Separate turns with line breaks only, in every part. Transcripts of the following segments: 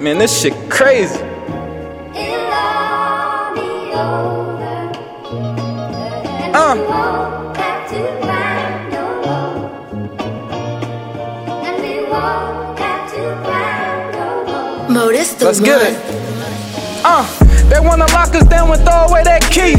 Man, this shit crazy. Uh.
Modus the
Let's
one.
get it. Uh, they wanna lock us down and throw away that key.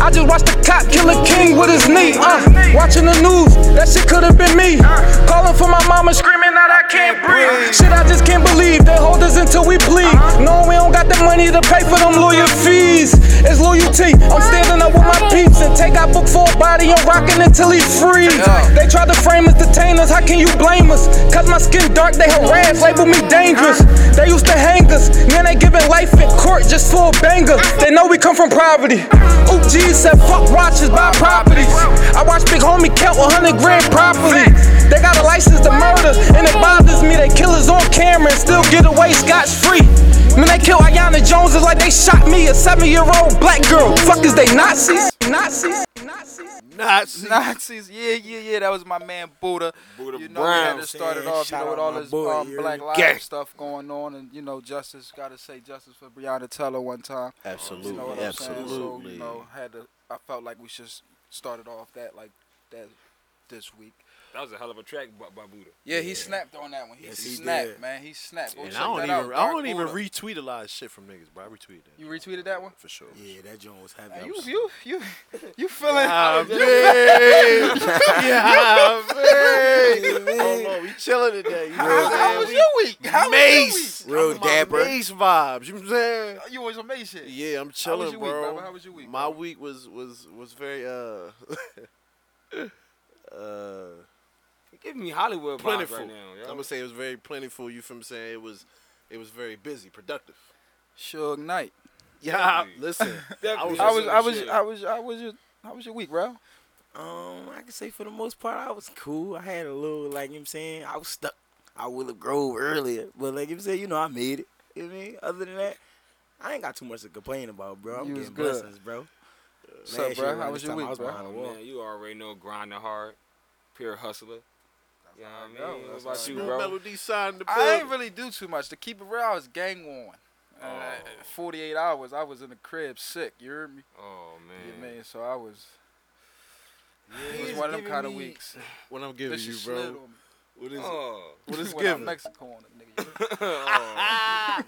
I just watched the cop kill a king with his knee. Uh, watching the news, that shit could've been me. Calling for my mama, screaming out I can't breathe. Shit, I just can't believe they hold us until we plead. No, we don't got the money to pay for them lawyer fees. It's loyalty. I'm standing up with my peeps and take out book for a body and rocking until he frees. They try to frame us, detain us. How can you blame us? Cause my skin dark, they harass, label me dangerous. They used to hang us, man, they giving life in court just for a banger. They know we come from poverty. Oop G said, fuck watches, buy properties. I watch Big Homie count 100 grand properly. They got a license to murder, and it bothers me. They kill us on camera and still get away scotch free. Man, they kill Ayanna Jones is like they shot me, a seven year old black girl. Fuck, is they Nazis? Nazis? Nazis?
Nazi.
Nazis. Yeah, yeah, yeah. That was my man Buddha.
Buddha
you know, we had
Brown,
to start it
man.
off, you
Shout
know, with
out
all
my
this
boy,
um,
Yuri
Black Lives
Gang.
stuff going on, and you know, justice. Got to say justice for Breonna Teller one time.
Absolutely,
You know what I'm saying? So,
absolutely.
you know, had to. I felt like we should start it off that like that this week.
That was a hell of a track by, by Buddha.
Yeah, he snapped on that one. He
Yes, he
snapped,
did.
man. He snapped. Go
And
check
I don't
that
even,
out.
I
Dark
don't even
Buddha.
retweet a lot of shit from niggas, bro. I retweeted that
You retweeted that one.
for sure.
Yeah, that joint was heavy.
Hey,
I
You
was-
you you you feeling?
Ah, man. yeah, man. Oh, no, we chilling today. You know
How,
what
how
I'm
was
saying?
your week? How
Mace.
Real
I'm on my
dapper.
Mace vibes. You know what I'm saying?
was your week? You was amazing.
Yeah, I'm
How was
chilling,
your week,
bro.
brother? How was your week?
My week was was was very uh uh
You giving me Hollywood vibes
plentiful.
right now.
I'm
Yo.
gonna say it was very plentiful. You from saying it was it was very busy, productive.
Suge Knight.
Yeah, listen.
Definitely.
I was I was
Shit.
I was I was your how was your week, bro?
Um, I can say for the most part, I was cool. I had a little, like, you know what I'm saying? I was stuck. I would have grove earlier, but, like, you know what I'm saying? You know, I made it. You know what I mean? Other than that, I ain't got too much to complain about, bro. I'm
You was
getting
good.
blessings, bro.
What's up,
Last year
bro?
around
How was
this
your
time, I
week,
was
bro?
behind the wall.
Man, you already know grinding hard, pure hustler. You know what
know.
I mean?
That's how
what about
I
you,
New
bro?
melody signed the
I
bill.
ain't really do too much. To keep it real, I was gang worn. Uh,
Oh.
48 hours, I was in the crib sick. You heard me?
Oh
Yeah,
man.
man. So I was. It
He's
was one of them
giving
kind of
me
weeks.
What I'm giving
This
you,
shit slid
bro.
on me.
What is it?
Oh.
What is
When I'm
giving?
Mexico on it, nigga.
oh.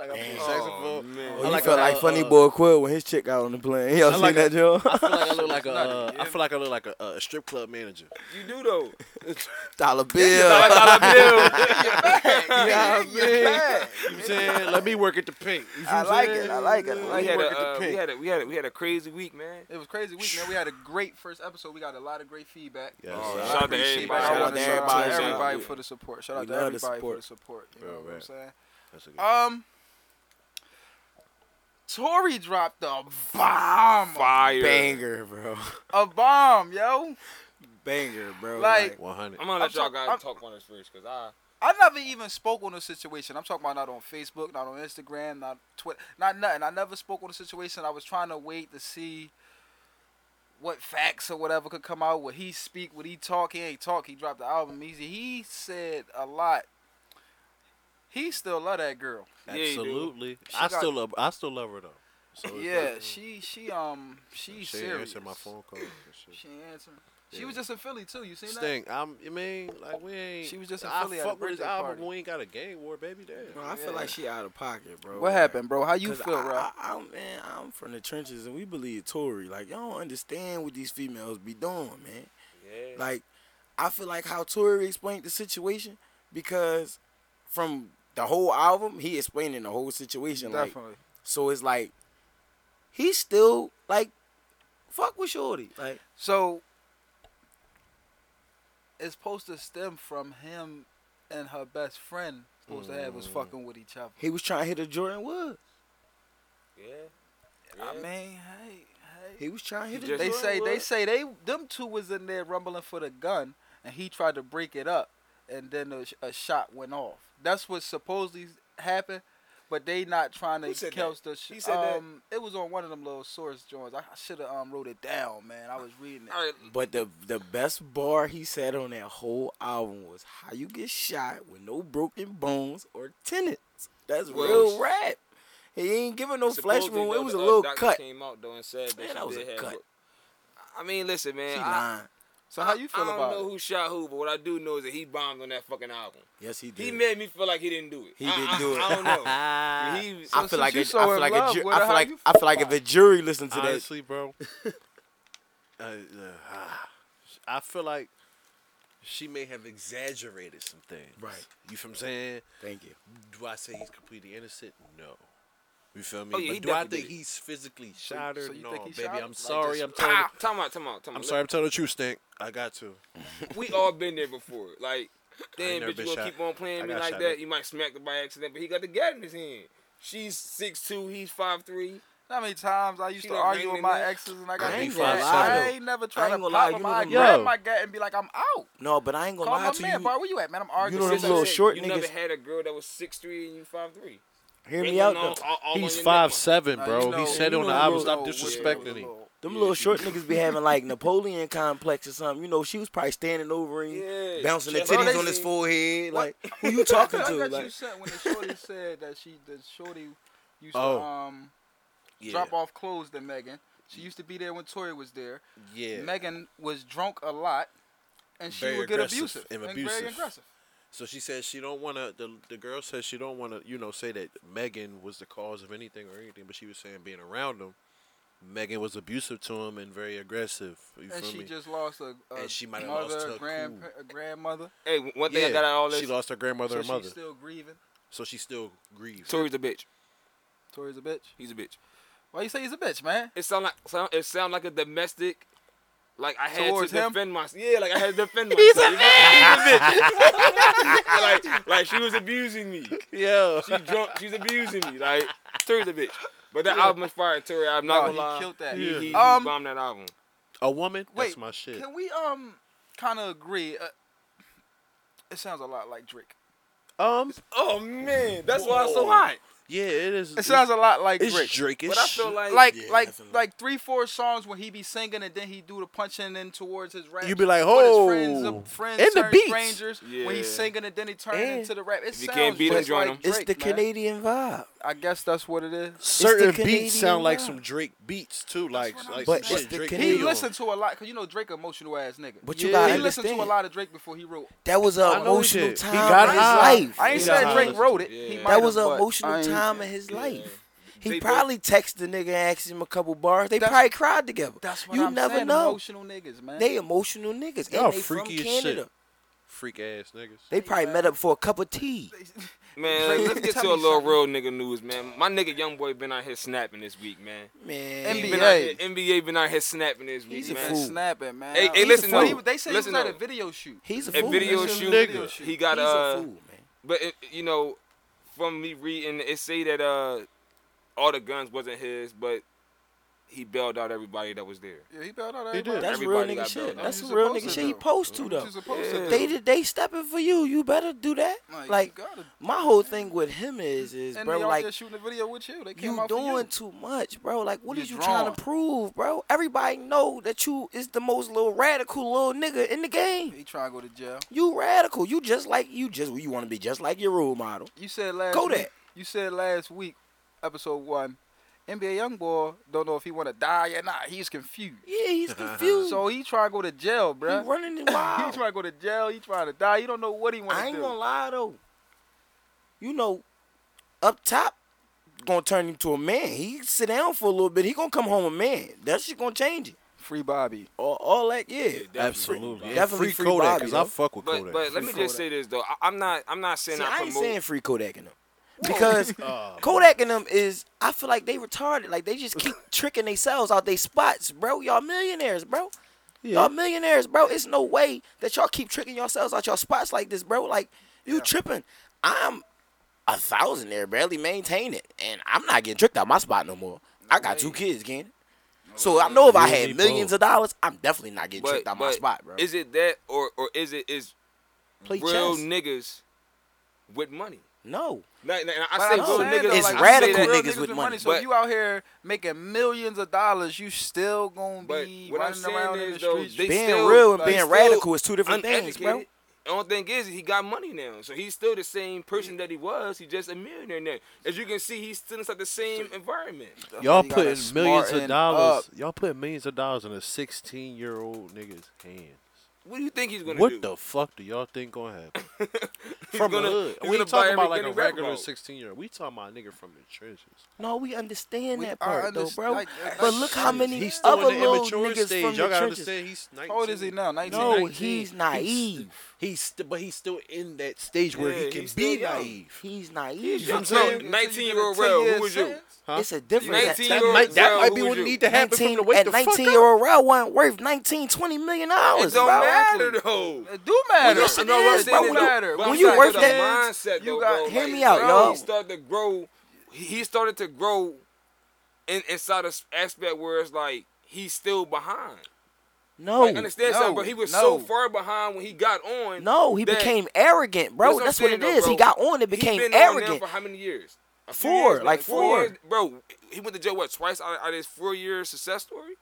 Like I'm playing
Oh,
saxophone.
man.
Well,
I
you
like
felt
a-
like
uh,
Funny
uh,
Boy Quill when his chick out on the plane. Y'all
I
seen
like
that, Joe?
I feel like I look like a. Uh, I feel like I look like a, a strip club manager.
You do though.
Dollar bill.
Yeah, yeah.
You know what I'm saying? Let me work at the pink. You feel
I
what I'm
like
saying?
it. I like it. I
we
like
had
it.
a
work at the
uh, we
pink.
had a we had a, we had a crazy week, man.
It was crazy week, man. We had a great first episode. We got a lot of great feedback.
Yes.
Oh,
sir.
I
shout out to
appreciate
everybody.
that.
Shout out
I
to
wanna shout
everybody.
to
Yeah.
everybody for the support. Shout out
We
to
love the
everybody
support.
for the support. You know
Yeah,
what I'm
right.
saying?
That's a good
Um, Tory dropped a bomb,
Fire.
Banger, bro.
a bomb, yo.
Banger, bro.
Like-
100.
I'm gonna let
I'm
y'all
talk-
guys
I'm-
talk about this first, cause I
I never even spoke on the situation. I'm talking about not on Facebook, not on Instagram, not Twitter, not nothing. I never spoke on the situation. I was trying to wait to see what facts or whatever could come out. Would he speak? Would he talk? He ain't talk. He dropped the album easy. He said a lot. He still love that girl.
Yeah, you do.
Absolutely.
She
I
got-
still love. I still love her though. So it's
yeah,
like,
she she um she,
she
serious.
answered my phone call.
She answered. She
Yeah.
was just in Philly too. You seen that?
Sting. I'm. I mean, like we ain't.
She was just in
I
Philly at a
fuck with his
birthday
album.
party.
We ain't got a gang war, baby. Damn.
Bro, I
Yeah.
feel like she out of pocket, bro.
What happened, bro? How you
'Cause
feel,
I,
bro?
I, I, man, I'm from the trenches and we believe Tory. Like, y'all don't understand what these females be doing, man.
yeah.
Like, I feel like how Tory explained the situation because from the whole album, he explaining the whole situation. Like,
Definitely.
so it's like he still like fuck with Shorty. Like,
So it's supposed to stem from him and her best friend supposed to have was
Mm.
fucking with each other.
he was trying to hit a Jordan Wood.
yeah.
I
Yeah.
mean, hey, hey.
He was trying to hit
He
a
just-
They
Jordan
say they
Wood.
say they them two was in there rumbling for the gun and he tried to break it up and then a, sh- a shot went off. That's what supposedly happened, but they not trying
Who
to
said
catch
that?
the
He
shit.
said that?
Um, it was on one of them little source joints. I should have um wrote it down, man. I was reading it.
All right,
But the the best bar he said on that whole album was how you get shot with no broken bones or tendons. That's
Well,
real rap. He ain't giving no flesh
supposedly,
wound.
though,
It was a
the, uh,
little
doctor
cut.
Came out though and said that,
Man,
she
that was
did
a
have
cut.
bro- I mean, listen, man.
She
uh,
I,
lying.
So how you feel
I don't
about
know
it?
who shot who, but what I do know is that he bombed on that fucking album.
Yes, he did.
He made me feel like he didn't do it.
He
I-
didn't
I-
do it.
I don't know.
I
so
feel
since
like
you
a, I
so
feel
in
like a
love
ju-
with
I
her,
feel
how
like
you
I feel like if the jury listened to that,
Honestly, bro. uh, uh, I feel like she may have exaggerated some things.
Right.
You feel what I'm saying?
thank you.
Do I say he's completely innocent? No. You feel me?
Oh, yeah, he
but do I
definitely
think
did.
he's physically shot her?
so you
no,
think he
baby.
shot her?
I'm
Like,
sorry.
just-
I'm telling.
Ah, time out, time out, time out.
I'm sorry. I'm telling the truth, Stink. I got to.
We all been there before. Like, damn,
never
bitch, you
been
gonna
shot.
keep on playing
I
me
got
like
shot
that?
up.
You might smack her by accident, but he got the gat in his hand. She's six two, he's five three.
How many times I used
She
to
done
argue
ran
with
in
my
there.
exes and I got
I ain't
beat
gonna
back?
lie,
I
though.
ain't never
I
tried
ain't
to
gonna
pop
lie,
him.
you
I
know them-
grab
Yo.
my gut and be like, I'm out.
No, but I ain't gonna
Call
lie
my
to
man,
you.
bro. Where you at, man? I'm arguing.
know them
with
That's
you.
what I
little
said.
short
You never
niggas-
had a girl that was six three and you five three.
Hear me
Ringing
out
on-
though.
all- all on
He's
your neck
five
one.
seven,
Nah,
bro.
Uh, you know-
he said
you
on the
know
album.
those-
Stop
Yeah,
disrespecting him.
Them little short niggas be having like Napoleon complex or something. You know, she was probably standing over him,
Yeah.
bouncing the
Just- Well,
titties
they
on his
see-
forehead.
What?
Like, who you talking
I
to?
got you
Like,
sent when the shorty said that she, the shorty used
Oh.
to um
Yeah.
drop off clothes to Megan. She used to be there when Tori was there.
Yeah.
Megan was drunk a lot, and she
Very
would get
aggressive
abusive
and
very
abusive.
aggressive.
So she says she don't want to. The, the girl says she don't want to. You know, say that Megan was the cause of anything or anything, but she was saying being around him, Megan was abusive to him and very aggressive. You
And
feel
she
me?
just lost a, a
And she might have lost
mother,
her
grandpa-
cool.
a grandmother.
Hey, one thing
yeah,
I got out of all this.
she lost her grandmother
so
and mother,
she's still grieving.
so she still grieves.
Tori's a bitch.
Tori's a bitch.
He's a bitch.
Why you say he's a bitch, man?
It sound like sound, it sound like a domestic. Like I had
Towards
to
him?
defend myself. Yeah, like I had to defend myself. He's a bitch. like, like she was abusing me.
Yeah,
She drunk. She's abusing me. Like Tori's a bitch. But that album is fire, Tori. I'm
No,
not
Oh,
gonna
he
lie.
killed that.
He, he- he
Um,
bombed that album.
a woman.
Wait,
That's my shit.
Can we um kind of agree? Uh, it sounds a lot like Drake.
Um,
Oh man, that's why it's so hot.
yeah, it is.
It sounds a lot like
it's
Drake.
Drake.
But
It's
I feel like,
like
Yeah,
like
definitely.
like three four songs when he be singing and then he do the punching in towards his rap.
You be like,
When his
"Ho."
friends, uh, friends
And the
turn
beats.
strangers when he's
Yeah.
singing and then he turn
And
into the rap. It
you
sounds
can't beat him,
just
join
like
him.
it's
Drake,
the
man.
Canadian vibe.
I guess that's what it is.
certain
Canadian
beats sound like
vibe.
some Drake beats too. Like,
what I'm
like
But
some
it's
shit
the
Drake
Canadian-
He
be on.
listened to a lot because you know Drake emotional ass nigga.
But you
he
gotta
listened to a
understand.
lot of Drake before he wrote.
That was an
I know he
emotional
did. He
time
got
in
high.
his life.
I ain't
He
you
got
said
know?
high.
Drake wrote it.
Yeah.
He
That
might
That was
have,
an
but I
emotional
ain't-
time in his life. He
They both-
probably texted the nigga and asked him a couple bars. They
That's-
probably cried together.
That's what
you
I'm
never
saying.
know.
Emotional niggas, man.
They emotional niggas.
Y'all
and they
freaky
from
as shit.
Canada.
freak ass niggas.
They probably met up for a cup of tea.
Man, let's get
Tell
to
me
a little
something.
real nigga news, man. My nigga Youngboy been out here snapping this week, man.
Man.
He
NBA.
Been out here, NBA been out here snapping this week,
He's
man.
been snapping, man.
Hey, hey,
He's a
listen,
fool.
though.
He- They say
Listen,
he was at a
though.
video shoot.
He's a
At
fool.
video
This is
shoot,
video shoot.
he got
He's
uh,
a fool, man.
but it, you know, from me reading, it say that uh, all the guns wasn't his, but he bailed out everybody that was there.
Yeah, he bailed out
He
everybody.
did.
That's real
Everybody
nigga
got
shit.
built up.
That's
What
some
you
real
supposed
nigga
to
shit. He
do?
post to
What you
though.
supposed to
They
do?
did- they stepping for you. You better do that.
Like, you
Like
gotta-
my whole thing with him is is
and
bro
they out
like
there shooting the video with you. They came
you
out for you.
doing too much, bro. Like what
You
is you trying
drawing.
to prove, bro? Everybody know that you is the most little radical little nigga in the game.
He trying to go to jail.
You radical. You just like you just you want to be just like your role model.
You said last
Go
week,
there.
You said last week, episode one, NBA YoungBoy don't know if he want to die or not. He's confused.
Yeah, he's confused.
So he trying to go to jail,
he
bruh.
running it
he
wild.
trying to go to jail. He trying to die. He don't know what he want
I
to
ain't
do.
gonna lie though. You know, up top, gonna turn him to a man. He sit down for a little bit. He gonna come home a man. That shit gonna change it.
Free Bobby.
All, all that, yeah.
Absolutely,
Free-
Yeah,
definitely
free
free
Kodak
Bobby,
because I
though.
fuck with
But
Kodak.
but let me
Free
just say this though, I, I'm not I'm not saying
See,
I
I ain't
promote.
saying free Kodak in them. Because Kodak and them is, I feel like they retarded. Like they just keep tricking themselves out they spots, bro. Y'all millionaires, bro. Y'all millionaires, bro. It's no way that y'all keep tricking yourselves out your spots like this, bro. Like you tripping. I'm a thousand there, barely maintain it, and I'm not getting tricked out my spot no more. I got two kids, Ken. So I know if I
You
had
need
millions
both.
of dollars, I'm definitely not getting
but,
tricked out my
but
spot, bro.
is it that or or is it is
Play
real
chess.
niggas with money?
No.
Now, now, and I
But
say
I'm
real
saying,
niggas.
though,
It's
I say
radical
that-
real
niggas with money,
So
but-
you out here making millions of dollars, you still gonna
But
be
what I'm
running around
saying
in the
is though,
streets.
they
Being
still,
real and
they
being
still
radical is two different things, bro.
uneducated. The only thing is, he got money now, so he's still the same person that he was. He's just a millionaire now. As you can see, he's still inside the same environment.
That's why
Y'all
you gotta
putting millions
smarten
of dollars.
up.
Y'all putting millions of dollars in a 16 year old nigga's hands.
What do you think he's gonna
What
do?
the fuck do y'all think gonna happen?
He's
from
gonna-
the hood.
he's
We
gonna
ain't
buy
talking about like
everything
a
he rap
regular
about.
16 year old. We talking about a nigga from the trenches.
No, we understand
We-
that
I
part though,
underst-
bro.
like,
but
like,
look how
shit.
many
He's still
other
in the
little
immature
niggas
stage.
from
Y'all
the
gotta
trenches.
understand he's 19.
How old is he now? 19.
No,
19.
he's
st-
naive.
He's st- but he's still in that stage where
Yeah,
he can
he's still
be
young.
naive.
He's naive.
young.
It's
No, 19 year old Rel, who was you?
Huh?
it's a difference. at
19
ten-
year old
might, that
Rel,
might
who
be
would
what
you?
need to happen for
19
him to wake
at
the
19
fuck up.
year old Rel wasn't worth 19, 20 million
It
dollars.
don't
bro.
matter though.
It do matter.
Well,
Yes,
yes,
it
it
no, what I'm
is,
saying
bro.
is
When
that-
you-
but I'm
when you
saying
work
the
that- you
mindset, though,
got-
bro.
hear
Like,
me out,
bro,
y'all.
He started to grow. He he started to grow in, inside of aspect where it's like he's still behind.
No,
Like, understand
no,
something, but he was so
no.
far behind when he got on.
no, he
that-
became arrogant, bro.
I'm
That's,
saying,
what it
though,
is.
bro.
He got on and
He
became
been on now
arrogant.
for how many years? A few
Four,
now.
like four.
years, bro. He went to jail what twice out of, out of his four year success story.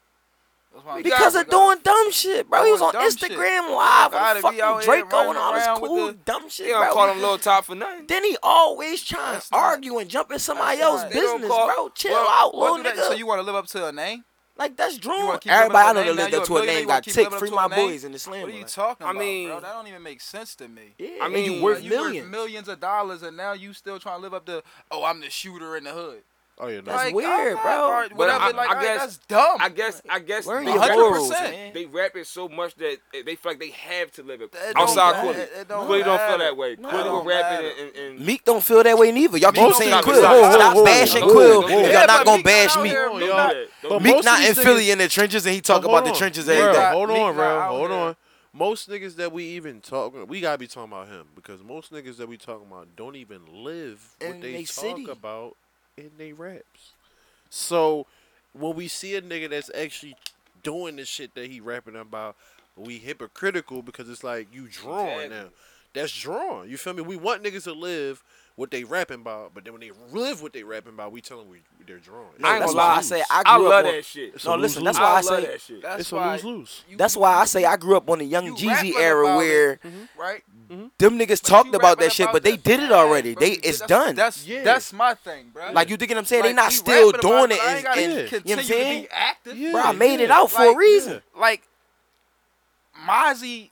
Because
God,
of doing dumb shit, bro. He was on
Doing dumb shit.
Instagram Live
Gotta
on
be
fucking
out here
Draco
running
and all this
around with
cool
the-
dumb shit,
They don't
bro.
call him Lil Top for nothing.
Then he always trying to
That's not-
argue and jump in somebody
that's
else's
not-
they don't
business,
call-
bro. Chill
Well,
out,
Why
little
do that?
nigga.
So you want to live up to a name?
like that's
You
drawn.
wanna keep living
Everybody I know
up to a
that
name?
lived
Now
up
you
to a
millionaire,
name
you
got
wanna keep
tick.
living up
Free
to a
my
name?
boys in the slam.
What are you
line.
talking
I
about,
mean-
bro? That don't even make sense to me.
Yeah,
I
and
mean,
you worth
you
millions.
worth millions of dollars, and now you still trying to live up to, oh, I'm the shooter in the hood.
Oh yeah, no.
That's
Like,
weird,
I'm not,
bro.
or
But
Whatever,
I-
like,
I
I-
guess-
that's dumb.
I guess. I guess.
Where are
they
your
rap-
100%.
morals, man?
They rap it so much that it- they feel like they have to live it.
It don't
Outside
matter.
Quilly,
It don't
Quilly don't feel
matter.
that way.
No.
Quilly
It
will
don't
rap
matter.
it and, and, and
Meek don't feel that way neither. Y'all keep
Most
saying
of
Quill.
these
Whoa,
niggas-
whoa, stop
whoa, whoa,
bashing
whoa,
Quill.
whoa.
Y'all
Yeah,
not
but
gonna
Meek
bash
out
Meek.
here.
on,
no
y'all.
matter.
But
But
most
Meek
of
not in
these
Philly
niggas-
in the trenches and he talk
But
about the
hold on.
trenches
Bro,
every
Meek
day.
not-
Hold
Meek
on,
not
bro.
out
Hold
here.
on. Most niggas that we even talk, we gotta be talking about him because most niggas that we talking about don't even live
In
what they
they
talk
city.
about in they raps. So when we see a nigga that's actually doing the shit that he rapping about, we hypocritical because it's like you drawing
Exactly.
now. That's drawing. You feel me? We want niggas to live what they rapping about, but then when they live what they rapping about, we tell them we they're drawing.
I ain't
That's
gonna
why I
lose.
say I grew
I
up
love
on-
that shit.
So
No, listen.
lose-lose.
That's why
I
I
love
say.
that shit.
That's
It's a
why
lose lose.
you-
That's why I say I grew up on the
you
Young Jeezy
rapping
era
about
where
right?
them niggas
But
talked
you
about
rapping
that shit, but they
that
did it
shit,
already.
bro.
They
You-
it's
that's-
done.
That's
Yeah.
that's my thing, bro.
like you dig what I'm saying?
Like,
they not
we
still
rapping about
doing it.
but I ain't
And, and-
gotta
Yeah.
you know what
continue
I'm
to
saying?
be active.
Yeah.
Bro, I made it out for
Like,
a reason.
Like Mozzie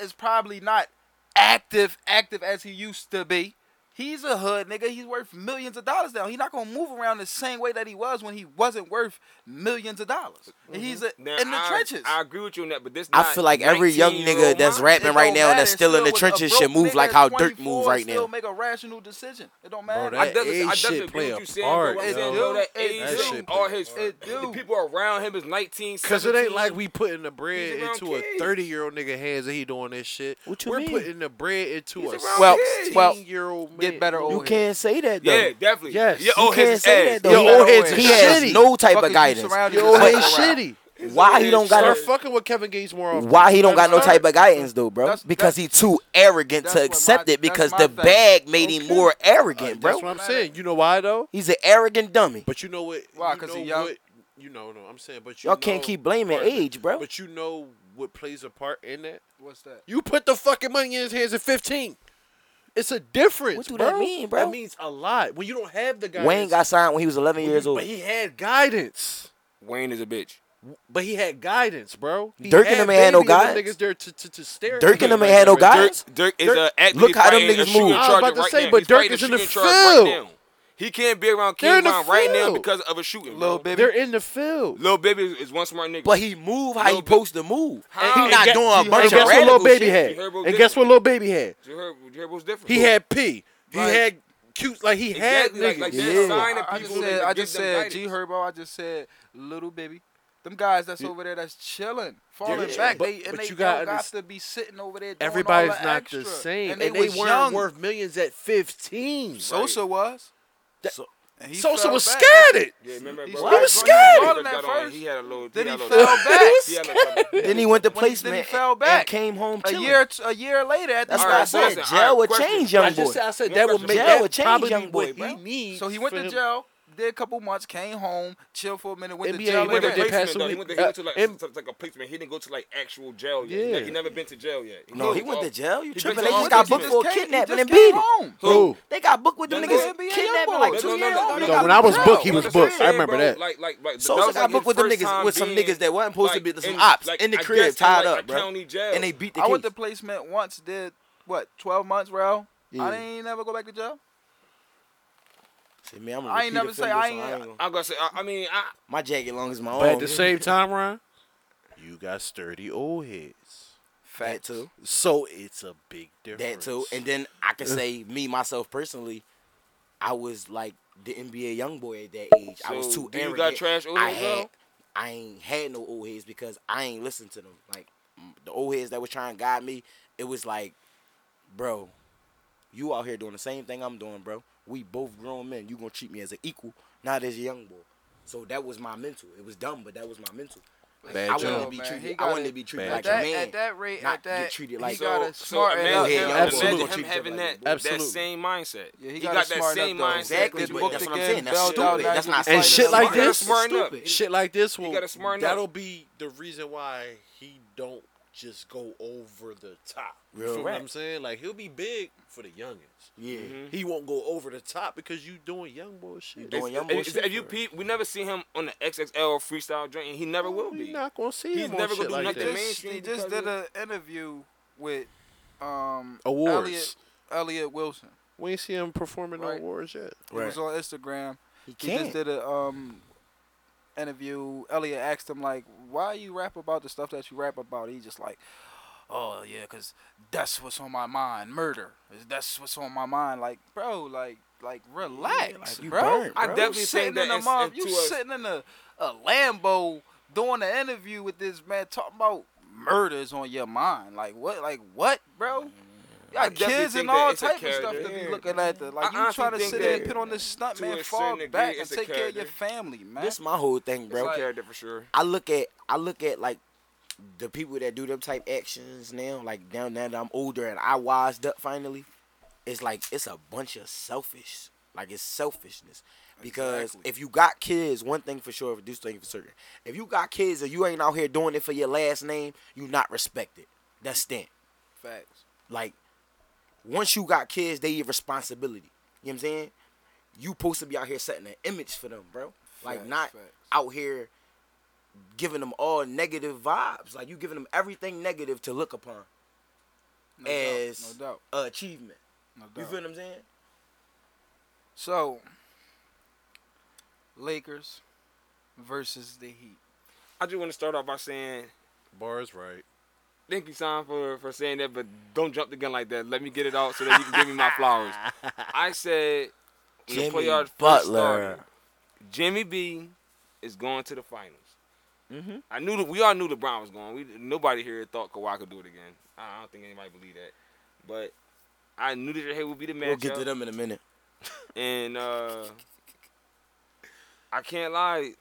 is probably not active, active as he used to be. He's a hood nigga. He's worth millions of dollars now. He's not gonna move around the same way that he was when he wasn't worth millions of dollars. And He's a,
Now,
in the
I,
trenches.
I agree with you on that, but this.
I
not
feel like every young
19-year-old
nigga that's
mind.
rapping
It
right
don't
now
matter.
that's still in the
with a
trenches
broke
should move
nigga
like
at
how Dirk
24
move right
still
now.
make a rational decision. It don't matter.
that-
I definitely, I
age
definitely
shit
agree
play
with
a
you saying, though.
part,
I
yo.
said, yo, that
It
age,
do.
that
It
all his,
do.
the people around him is 19,
Cause it ain't like
17.
we putting the bread
He's around
into a
kids.
thirty year old nigga hands and he doing this shit.
What you
We're
mean?
putting the bread into
He's
a
around
Well,
kids.
well,
year old man.
Get better
You
over here.
can't say that though.
yeah, definitely.
Yes.
Your
You
old
you can't
head's
say
ass.
that though.
Your
He-
old head's
he
shitty.
has no type of
Fuck is you
guidance.
surrounding
Your old
yourself
head
around?
shitty.
Why he
head
don't got
Start
shitty.
a,
fucking with Kevin Gates more often.
why he don't got no
That's
type of guidance though, bro?
that's-
because he too arrogant
that's
to
what
accept
my-
it because
that's my
the
thing.
bag made him
Okay.
more
Uh,
arrogant,
That's
bro.
what I'm saying. You know why though?
He's an arrogant dummy.
But you know what?
Why?
you
'Cause he
know
young?
what- You know, no, I'm saying, but you
Y'all can't
know-
keep blaming
Pardon me.
age, bro.
But you know what plays a part in that?
What's that?
You put the fucking money in his hands at 15. It's a difference.
What do
bro.
that mean, bro?
That means a lot. When you don't have the guidance.
Wayne got signed when he was 11 years old.
But he had guidance.
Wayne is a bitch.
But he had guidance, bro. He
Dirk and them ain't had no
babies and
guidance.
Niggas there to, to, to stare
Dirk and
at him
them
like
ain't had
that
no
right there.
guidance.
Dirk is
Dirk-
uh, actively
Look how them
fighting a
niggas
shooting
move. I
was
charge
about to
right
say,
now.
but
He's
Dirk
fighting a
is in the
shooting charge right
field.
now. He can't be around
They're
King
in the
Von right now
field.
because of a shooting.
Little baby.
They're in the field.
Lil Baby is, is one smart nigga.
But he move how
Little
he
bit.
supposed to move.
How?
He not
And
doing
guess-
a
and
bunch
and
of
guess what
radical
Lil Baby
shit.
You heard
had?
about
And guess what Lil Baby had?
you heard, you heard what's different.
He had P. He
Right.
had cute. Like he had
Exactly, like-
niggas.
like
that
Yeah.
sign
I,
that
I just
people
said,
that
I
give
just
them
said G
guidance.
Herbo. I just said Little Baby. Them guys that's over there that's chilling, falling
Yeah,
back.
but-
they, and
but
they
you gotta
don't have
underst-
to be sitting over there. Doing all
Everybody's
the
not
extra.
the same,
And they, was
weren't
young.
worth millions at 15.
Sosa was.
That-
And he
Sosa
fell
was
back.
scared. It.
Yeah, remember?
He
bro,
was
bro,
scared.
bro,
He was
got
scared.
on, He had a little.
Then he
had a
fell
little-
back.
He had a little-
Then he went to
When he-
placement.
then he fell back.
And came home
A
chilling.
year, a year later at the
That's
All
what I
right,
RSO.
said.
question.
Jail
All right,
would
question.
change young
I
boy.
just said-
I said
that would make that
would change
probably
young boy,
what we
bro.
need
So he went
for
to
them-
jail, did a couple months, came home, chilled for a minute, went to
NBA
jail.
He went to
never
again.
did pass
placement though. He went to, he
uh,
went to like,
M-
some- like a placement. He didn't go to like actual jail yet. He, like, he never been to jail yet.
No, he went to jail. You
He
tripping?
been
They
to
just
all
got booked
places.
for
He just
kidnapping
came-
and
he just
beating.
came home.
Who?
They got booked with them
No,
niggas
no,
no,
kidnapping
no,
like
no,
two
no,
years
no,
old. They
no,
got
when I was
booked.
booked, he was
That's what I'm
booked. I
saying,
remember
bro.
that.
Like, like, like.
Sosa
that was,
got
like, his
booked with them
first
niggas-
time
with some
being,
niggas that wasn't supposed to be-
like,
some
in-
ops
like,
in the
I
crib,
guess,
tied
like,
up,
a
bro.
County jail.
And they beat the
I went to
case.
placement once, did what, 12 months, bro?
Yeah.
I didn't never go back to jail.
Shit, man, I'm a
I ain't
repeat
never say-
offender,
I
so
ain't-
gonna-
I'm gonna say. I, I mean, I.
My jacket long as my arm.
But at the
bitch.
same time, Ron, you got sturdy old heads.
that too,
So it's a big
that
difference.
too, and then I can say me myself personally, I was like the NBA young boy at that age. I was
So,
too
do you
arrogant.
got trash old
I
heads,
had,
though?
I ain't had no old heads because I ain't listened to them. Like m- the old heads that was trying to guide me, it was like, bro, you out here doing the same thing I'm doing, bro. We both grown men. You gonna treat me as an equal, not as a young boy. So that was my mental. It was dumb, but that was my mental. Like,
Bad
I
job.
wanted
Oh,
to be
Man, he
treated.
got
I wanted
it.
to be treated
Bad
like
At
job.
a
that,
man.
at that rate,
not
at that,
get treated like-
he got
So,
to
so
smart it
imagine
up.
Yeah,
him,
now.
yeah, absolutely.
imagine him
Treat
having
everybody
that,
like
that.
that
Absolutely.
same mindset.
Yeah, he
he
got
got,
it
that
smartened
same
up, though.
mindset.
Exactly,
because you
but
booked
that's
the
what I'm
game,
saying. That's
fell down,
stupid.
now
That's
you
not
can
and
fighting
shit
the
like
market.
this,
That's
Smarten up.
stupid.
shit like this will
gotta smarten up.
that'll be the reason why he don't just go over the top. You
Real
feel what
rap.
I'm saying? Like he'll be big for the youngins.
Yeah.
Mm-hmm.
Mm-hmm.
He won't go over the top because you doing young boy shit.
doing young boy
If,
shit.
if you peep, we never see him on the XXL freestyle joint, and he never will
You're
be.
not gonna see
He's
him on
never
shit
gonna do
like
nothing
that.
man.
just,
mainstream
he just
because
did an interview with um
Awards.
Elliot, Elliot Wilson.
We ain't see him performing
Right.
no awards yet.
He was on Instagram.
He
He just
can't.
did a um interview. Elliot asked him like, "Why you rap about the stuff that you rap about?" He just like, "Oh yeah, 'cause that's what's on my mind. Murder. That's what's on my mind." Like, bro, like, like relax,
Yeah, like, you
bro.
burnt,
I
bro.
definitely
you
think
sitting
that
in a
it's-
mom,
it's
you
to us-
sitting in a, a Lambo doing an interview with this man talking about murders on your mind. Like what? Like what, bro? You
I
got
definitely
kids and
think that
all
it's a
type of stuff to
character.
be looking at that. Like
I
you
honestly
trying to
think
sit there
that
and put on this stunt,
to
man,
a
fall
certain degree,
back and
it's a
take care of your
character.
family, man.
This my whole thing, bro.
Bro, character for sure.
I look at I look at like the people that do them type actions now, like down now that I'm older and I wised up finally, it's like it's a bunch of selfish. Like it's selfishness. Because
Exactly.
if you got kids, one thing for sure, this thing for certain. If you got kids and you ain't out here doing it for your last name, you not respected. That's stamp.
Facts.
Like, once you got kids, they your responsibility. You know what I'm saying? You supposed to be out here setting an image for them, bro. Like
Facts,
not
facts.
out here giving them all negative vibes. Like you giving them everything negative to look upon
No
as
doubt.
a achievement.
No doubt. No
You
doubt.
feel what I'm saying?
So, Lakers versus the Heat.
I just want to start off by saying
Bars right.
thank you, son, for, for saying that, but don't jump the gun like that. Let me get it out so that you can give me my flowers. I said when the
Jimmy
playoffs first
Butler.
started, Jimmy B is going to the finals. I knew that we all knew LeBron was going. We nobody here thought Kawhi could do it again. I I don't think anybody believed that, but I knew that hey would be the matchup.
We'll get to them in a minute.
And uh, I can't lie,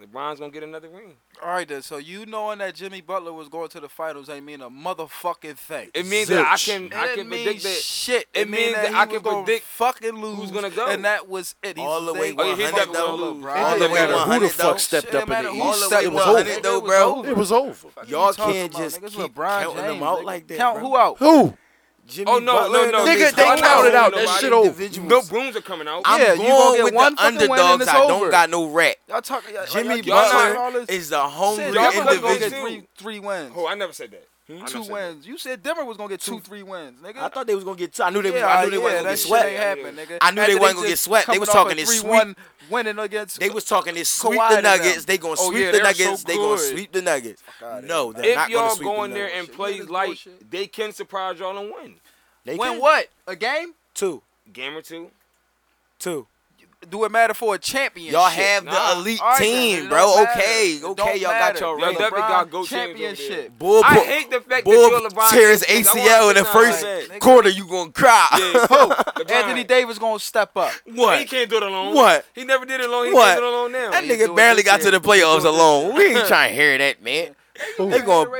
LeBron's gonna get another ring.
All right, then. So you knowing that Jimmy Butler was going to the finals ain't mean a motherfucking thing.
It means that I can
It
I
didn't
can
mean
predict that.
shit.
it
mean
means that
he
I
was
can
gonna
predict
fucking lose.
who's gonna go.
and that was it. He's
All the way
Oh, yeah, he's
100
not gonna
though.
lose.
All the
It didn't
way
matter who the
100
fuck
though.
stepped up in the
All
East.
the way
It was
100
over.
though, bro.
It was over.
Y'all
talking
can't
about,
just
niggas,
keep
LeBron
counting them
James,
out
nigga.
like that,
Count
bro.
who out?
Who?
Jimmy
Oh no,
Butler
no,
and
no!
them
Nigga,
niggas
they
don't
counted
know
out. That
nobody.
shit over.
Individuals.
No brooms are coming out.
I'm
Yeah, you
going
gonna get
with
one
the
fucking win and
underdogs.
it's
I don't
over.
got no rap.
Y'all talking? Y'all,
Jimmy
y'all, y'all
Butler
talking all
Butler
this-
is a
Said
hungry
Denver
y'all
was gonna
individual.
get
individual.
three, three wins.
Oh, I never said that. I never
two
said that.
wins. You said Denver was gonna get two, three wins, nigga.
I thought they was gonna get. T- I knew they.
yeah,
was, I knew they
yeah,
wasn't gonna
that
get
shit
swept.
ain't happen, nigga.
I knew they
After
wasn't gonna
just
get swept. They
coming
was
off
talking
a
this
3-1 winning against.
They was talking this sweep
Kawhi
the
to them.
Nuggets. They gonna
Oh,
sweep
yeah,
the
they were so
Nuggets. they gonna
good.
sweep the Nuggets.
outta
No, they're
If
not gonna
y'all
sweep
go in
the
there
Nuggets.
and
Shit,
play
niggas
like
bullshit.
they can surprise y'all and win.
They
win
can.
what? A game?
Two,
Game or two.
two.
do it matter for a champion?
Y'all have
Nah.
the elite
All right, then,
team,
it
bro.
don't matter.
Okay,
It
okay,
don't
y'all
matter.
got your
Y'all
ring.
definitely got
LeBron
GOAT teams over there.
championship.
Bull,
I
pull-
hate the fact
Bull
that you're LeBron
tear his
James. I
ACL in the
wanna
first
say
Nigga.
quarter. You gonna cry?
Yeah, that.
Anthony Davis gonna step up.
what?
He can't do it alone.
What?
He never did it alone. He
What?
can't do it alone now.
That
he's
nigga
doing
barely
this
got to
here.
the playoffs
He's doing
alone. We ain't trying to hear that, man. They gonna,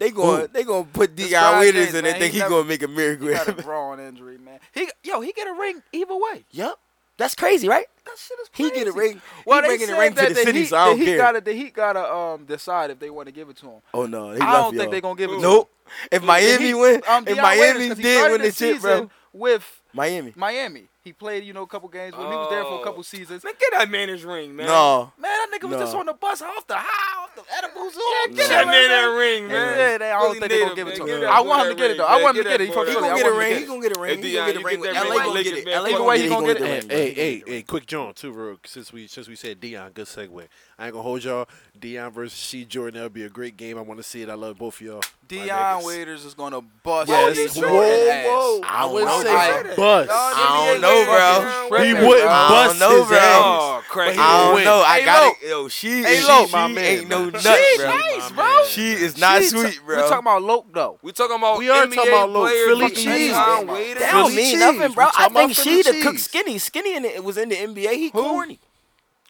they gonna, they gonna put
Brian
Deion Waiters
James,
and they
man.
think he
He never-
gonna make a miracle.
He got a groin injury, man. He yo, he get a ring either way.
Yup, that's crazy, right?
That shit is
He
crazy.
get a ring.
Well,
he
they
bringing
said
the ring
that
to the city,
Heat,
so I don't
the Heat
care.
gotta, the Heat gotta um decide if they want to give it to him.
oh no, they
I
love
don't think
y'all.
they gonna give it to him.
Nope. If Miami
He-
win,
um,
if
Deion
Miami
Waiters, 'cause he
did
started
win
the
the shit,
season
bro.
With
Miami.
Miami, he played you know a couple games. With him. He was there for a couple seasons. Man,
Man, get that man his ring, man.
No.
that nigga was
No.
just on the bus off the high, off the edibles. Yeah,
Get that man that ring, man.
Yeah, they, I don't
Really
think they
need
gonna give it to
man.
him.
that
I
boy
want him
that
to get it
ring,
though.
man.
I want him to get
Get that
it. He
boy
from
that
He
Philly.
gonna
I
get a
want
ring.
him to
He
get it.
gonna get a ring.
If
He gonna
Deion,
get a
you
ring.
get that
LA
ring,
Mike,
gonna
Lakers
get it.
back
LA
up.
Either way,
gonna
he
get
gonna
it.
get
Hey,
it.
hey, hey, hey, quick John too, real since we since we said Dion, good segue. I ain't gonna hold y'all. Dion versus She Jordan, that'll be a great game. I wanna see it. I love both of y'all. My
Deion
niggas.
Waiters is gonna bust.
Yes.
his
Whoa,
Jordan ass.
whoa.
I
I wouldn't
don't
say
know.
I-
bust.
I
Y'all
don't
niggas
know,
ain't
bro.
fucking
He
tripping,
wouldn't
bro.
I
bust
don't know,
his
bro.
ass.
Oh, crack.
I don't
Wait.
know. I
Hey,
got
Lo.
it. Yo, she,
Hey,
she,
Lo.
she ain't no nut,
She
bro.
nice,
My
bro.
man.
She is not
She's-
sweet, bro.
We talking about Loke though.
We talking about
We are
NBA
talking about little
players
Philly
like
cheese.
Deion
Damn.
Waiters.
that don't
Philly
mean
cheese.
nothing, bro. I
We talking
think
about
she
Philly
the cook
cheese.
skinny. Skinny in it was in the NBA. He corny.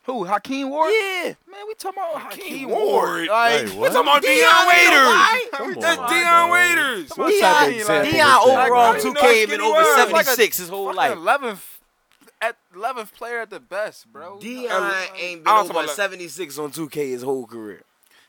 Who? Hakeem
Oh,
Ward?
Yeah.
Man, we talking about Hakeem
Ward.
Ward. Like,
Hey,
We
what?
talking about Deion Waiters.
Come on,
That's
bro.
Deion Waiters.
What type of example
Dion
is that,
overall
bro?
Like,
two
no,
came in
skinny
over
was.
seventy
Like a
six his whole
fucking
life.
11th, at 11th player at the best, bro.
Dion ain't been
I don't talk
over
about-
seventy six on two K his whole career.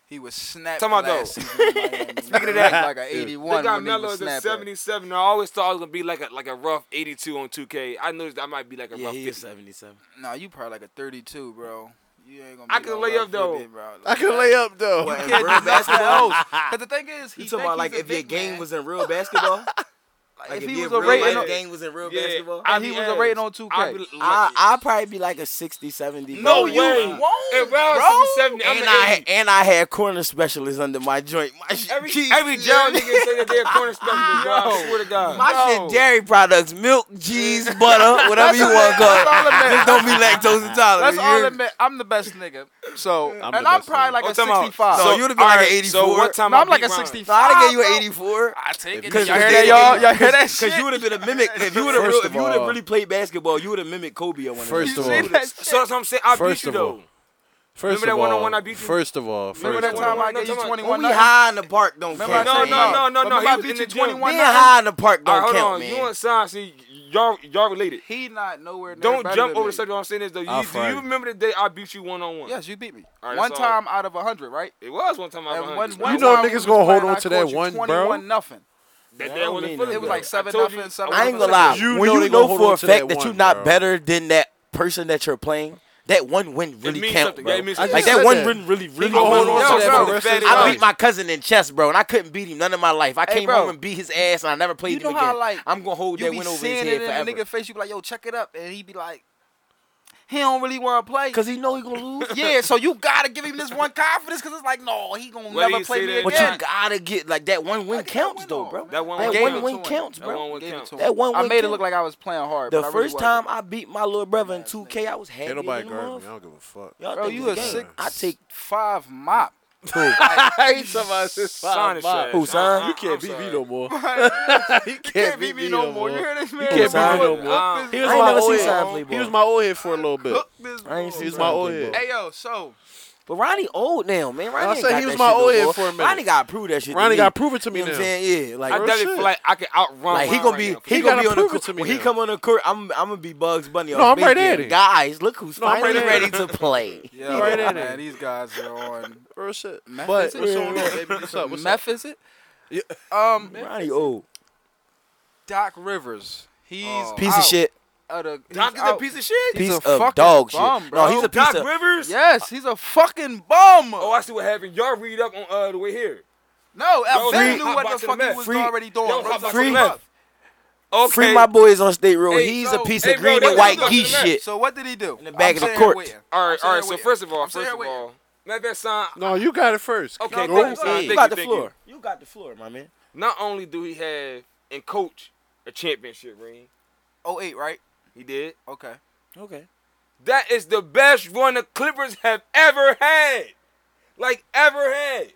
He was snapped
Talking about
last
though.
season in Miami. Speaking of
that,
like an
dude.
81
They got
when he
Melo
was
as a
snapping.
77. I always thought I was gonna be like a like a rough 82 on 2K. I noticed I might be like a
Yeah,
rough
he is
50.
seventy seven.
Nah, you probably like a 32, bro. You ain't gonna.
I
be
can
no
lay up,
150,
though.
Bro.
I can lay up though.
What in
can't
real
do that.
basketball?
Cause the thing is, he
You talking about like if your game was in real basketball? Like
if
if
he was
your
a
real
rating,
life
on-
game was in real
Yeah,
basketball?
I
and he
be
was
ass.
a rating on 2K.
I be-
I I'll probably be like a 60, 70.
No
bro.
way.
you won't,
If I
bro.
was 70, I'm
And
an
I
80.
and I had corner specialists under my joint. My shit
Every
cheese.
every jail nigga say that they're corner stuff. I
No.
swear to God.
My
No.
shit dairy products, milk, cheese, butter, whatever you want to
That's all
call
it
it.
meant.
Just don't be lactose intolerant.
Let's
you
all
hear me?
admit I'm the best nigga. So
I'm the
and I'm
best
probably
nigga.
like
Oh,
a
time out.
65.
So you'd have been like an 84.
So what time
no,
I
I'm like
beat
a
Ron?
65.
So I gave you
bro.
an 84.
I take it.
Cause
Y'all
you
hear
did
that,
it.
y'all? Y'all hear that shit?
Because you would have been a mimic. If you would have
First
real,
of
if you would have
all-
really played basketball, you would have mimicked Kobe or one
First
of
of
those.
all,
see that shit?
So that's what I'm saying. I beat
First
you
of all,
though.
First
Remember that
of all,
one-on-one I beat you?
first of all, first
Remember that
of
time
all,
I- no, no,
When we
nothing?
high in the park, don't
Remember
count.
I
No,
said
no,
no.
no, no, no.
Remember
He
I
was
beat
in
you
the gym.
21?
Being high in the park
All right,
don't
hold
count,
on. You
man.
and Sign, see, y'all y'all related.
He not nowhere near
Don't
better
jump
than
over
me.
the subject. I'm saying this though. You,
I'll
do
fight.
you remember the day I beat you one on one?
Yes, you beat me.
All right,
one
that's all.
time out of a hundred, right?
It was one time I was
And
100.
You know
time we
niggas
was
gonna hold
playing,
on
I
to that
caught you
one, bro.
21 nothing.
That
That
day I
don't
wasn't
mean
feeling
nothing.
good.
It was like
I
seven
told
nothing,
you-
seven
wasn't
I ain't
Remember
gonna
feeling
lie.
good.
You
when
know
you
they
know
gonna hold
for
on
a
to that
fact that,
one,
you're not
bro.
better than that person that you're playing, that one win really
means
counts,
something.
bro.
Yeah, it means
Like
something.
I
that
said
one
that.
win really, really
gonna
meant
hold on
something.
to that
bro,
for the rest
the
of
fat
his
ass.
I
life.
beat my cousin in chess, bro, and I couldn't beat him none of my life. I
Hey,
came
bro.
home and beat his ass, and I never played
You
him
know
again.
how like
I'm gonna hold
you
that
be
win over his
seeing it
head
in the
forever.
nigga face. You be like, yo, check it up, and he be like, he don't really want to play.
Cause he know he gonna lose.
yeah, so you gotta give him this one confidence, cause it's like, no, he gonna
Whether
never
you
play
say
me
that-
again.
But you gotta get like that one win
Like, that
counts
win
though,
on,
bro.
man.
That one
That
win
one
counts.
win counts,
That one
bro.
win
Gave it
counts.
to him.
That one
I
win
made it
count.
look like I was playing hard.
The
but I really
first
wasn't.
time I beat my little brother in 2K, I was happy.
Ain't
as
nobody
a
guarding me.
motherfucker.
I don't give a fuck.
Y'all
bro,
think
you
we
a
game.
six
I take
five mop.
I ain't talking about this
Son is trash.
Who, son?
I- I-
You can't
I'm
beat me
sorry.
no more. You
You can't beat me no more. You hear this man?
can't beat me
Son.
no more.
Um,
He
I
was
ain't
my
never
old
seen Son
head.
play
He was
ball.
my old head for a little bit.
Hook this
I ain't
He
ball.
seen
was my
Son
old
play
head.
ball.
Hey yo, so
But Ronnie old now, man. Ronnie
I
ain't
said
got
he was
that
my
shit no
old head
more.
for a minute.
Ronnie got to prove that shit.
Ronnie
to me.
got prove it to me
You know what I'm
now.
saying? Yeah,
I
like
definitely
shit.
feel like I can outrun.
like he
Ron
gonna
right
be
now.
he,
He
gonna
gotta
be on the
prove it
court.
to me
When he
now.
come on the court, I'm I'm gonna be Bugs Bunny.
No,
off
I'm right
big
at
game.
it.
Guys, look who's
No, I'm
finally
right at
ready
it.
to play.
yeah,
Right at
man,
it.
these guys are on.
Real shit.
Meth
But
is it?
what's going on, baby? What's up? What's up?
Meth is it?
Yeah.
Um,
Ronnie old
Doc Rivers. He's
Oh.
piece of
out
shit,
of the- he's
Doc is a
out.
piece of shit.
He's
piece
a
of
fucking
dog shit.
bum,
No,
bro.
he's a piece
Doc
of
Rivers.
Yes, he's a fucking bum.
Oh, I see what happened. Y'all read up on uh the way here.
no,
Bro,
Alvin
free-
knew what
hotbox
the
in
fuck
the
he
meth.
was
Free-
already doing.
Yo,
bro.
hotbox in
Free-
the meth. Okay.
free my boys on state road.
Hey,
he's
yo,
a piece
hey,
of
bro,
green
that
and white
was-
geese
that-
shit.
So what did he do?
the back
I'm
of the
sitting
court.
here waiting.
All right,
I'm
all
sitting
right. So
here
first of all,
I'm sitting
first
here
of
waiting.
all, matter of fact, son.
No, you got it first.
Okay,
Go
thanks, son.
ahead.
Thank
You got the
thank you.
floor. You got the floor, my man.
Not only do he have and coach a championship ring,
Oh eight, right?
he did.
Okay.
Okay.
That is the best run the Clippers have ever had. Like ever had.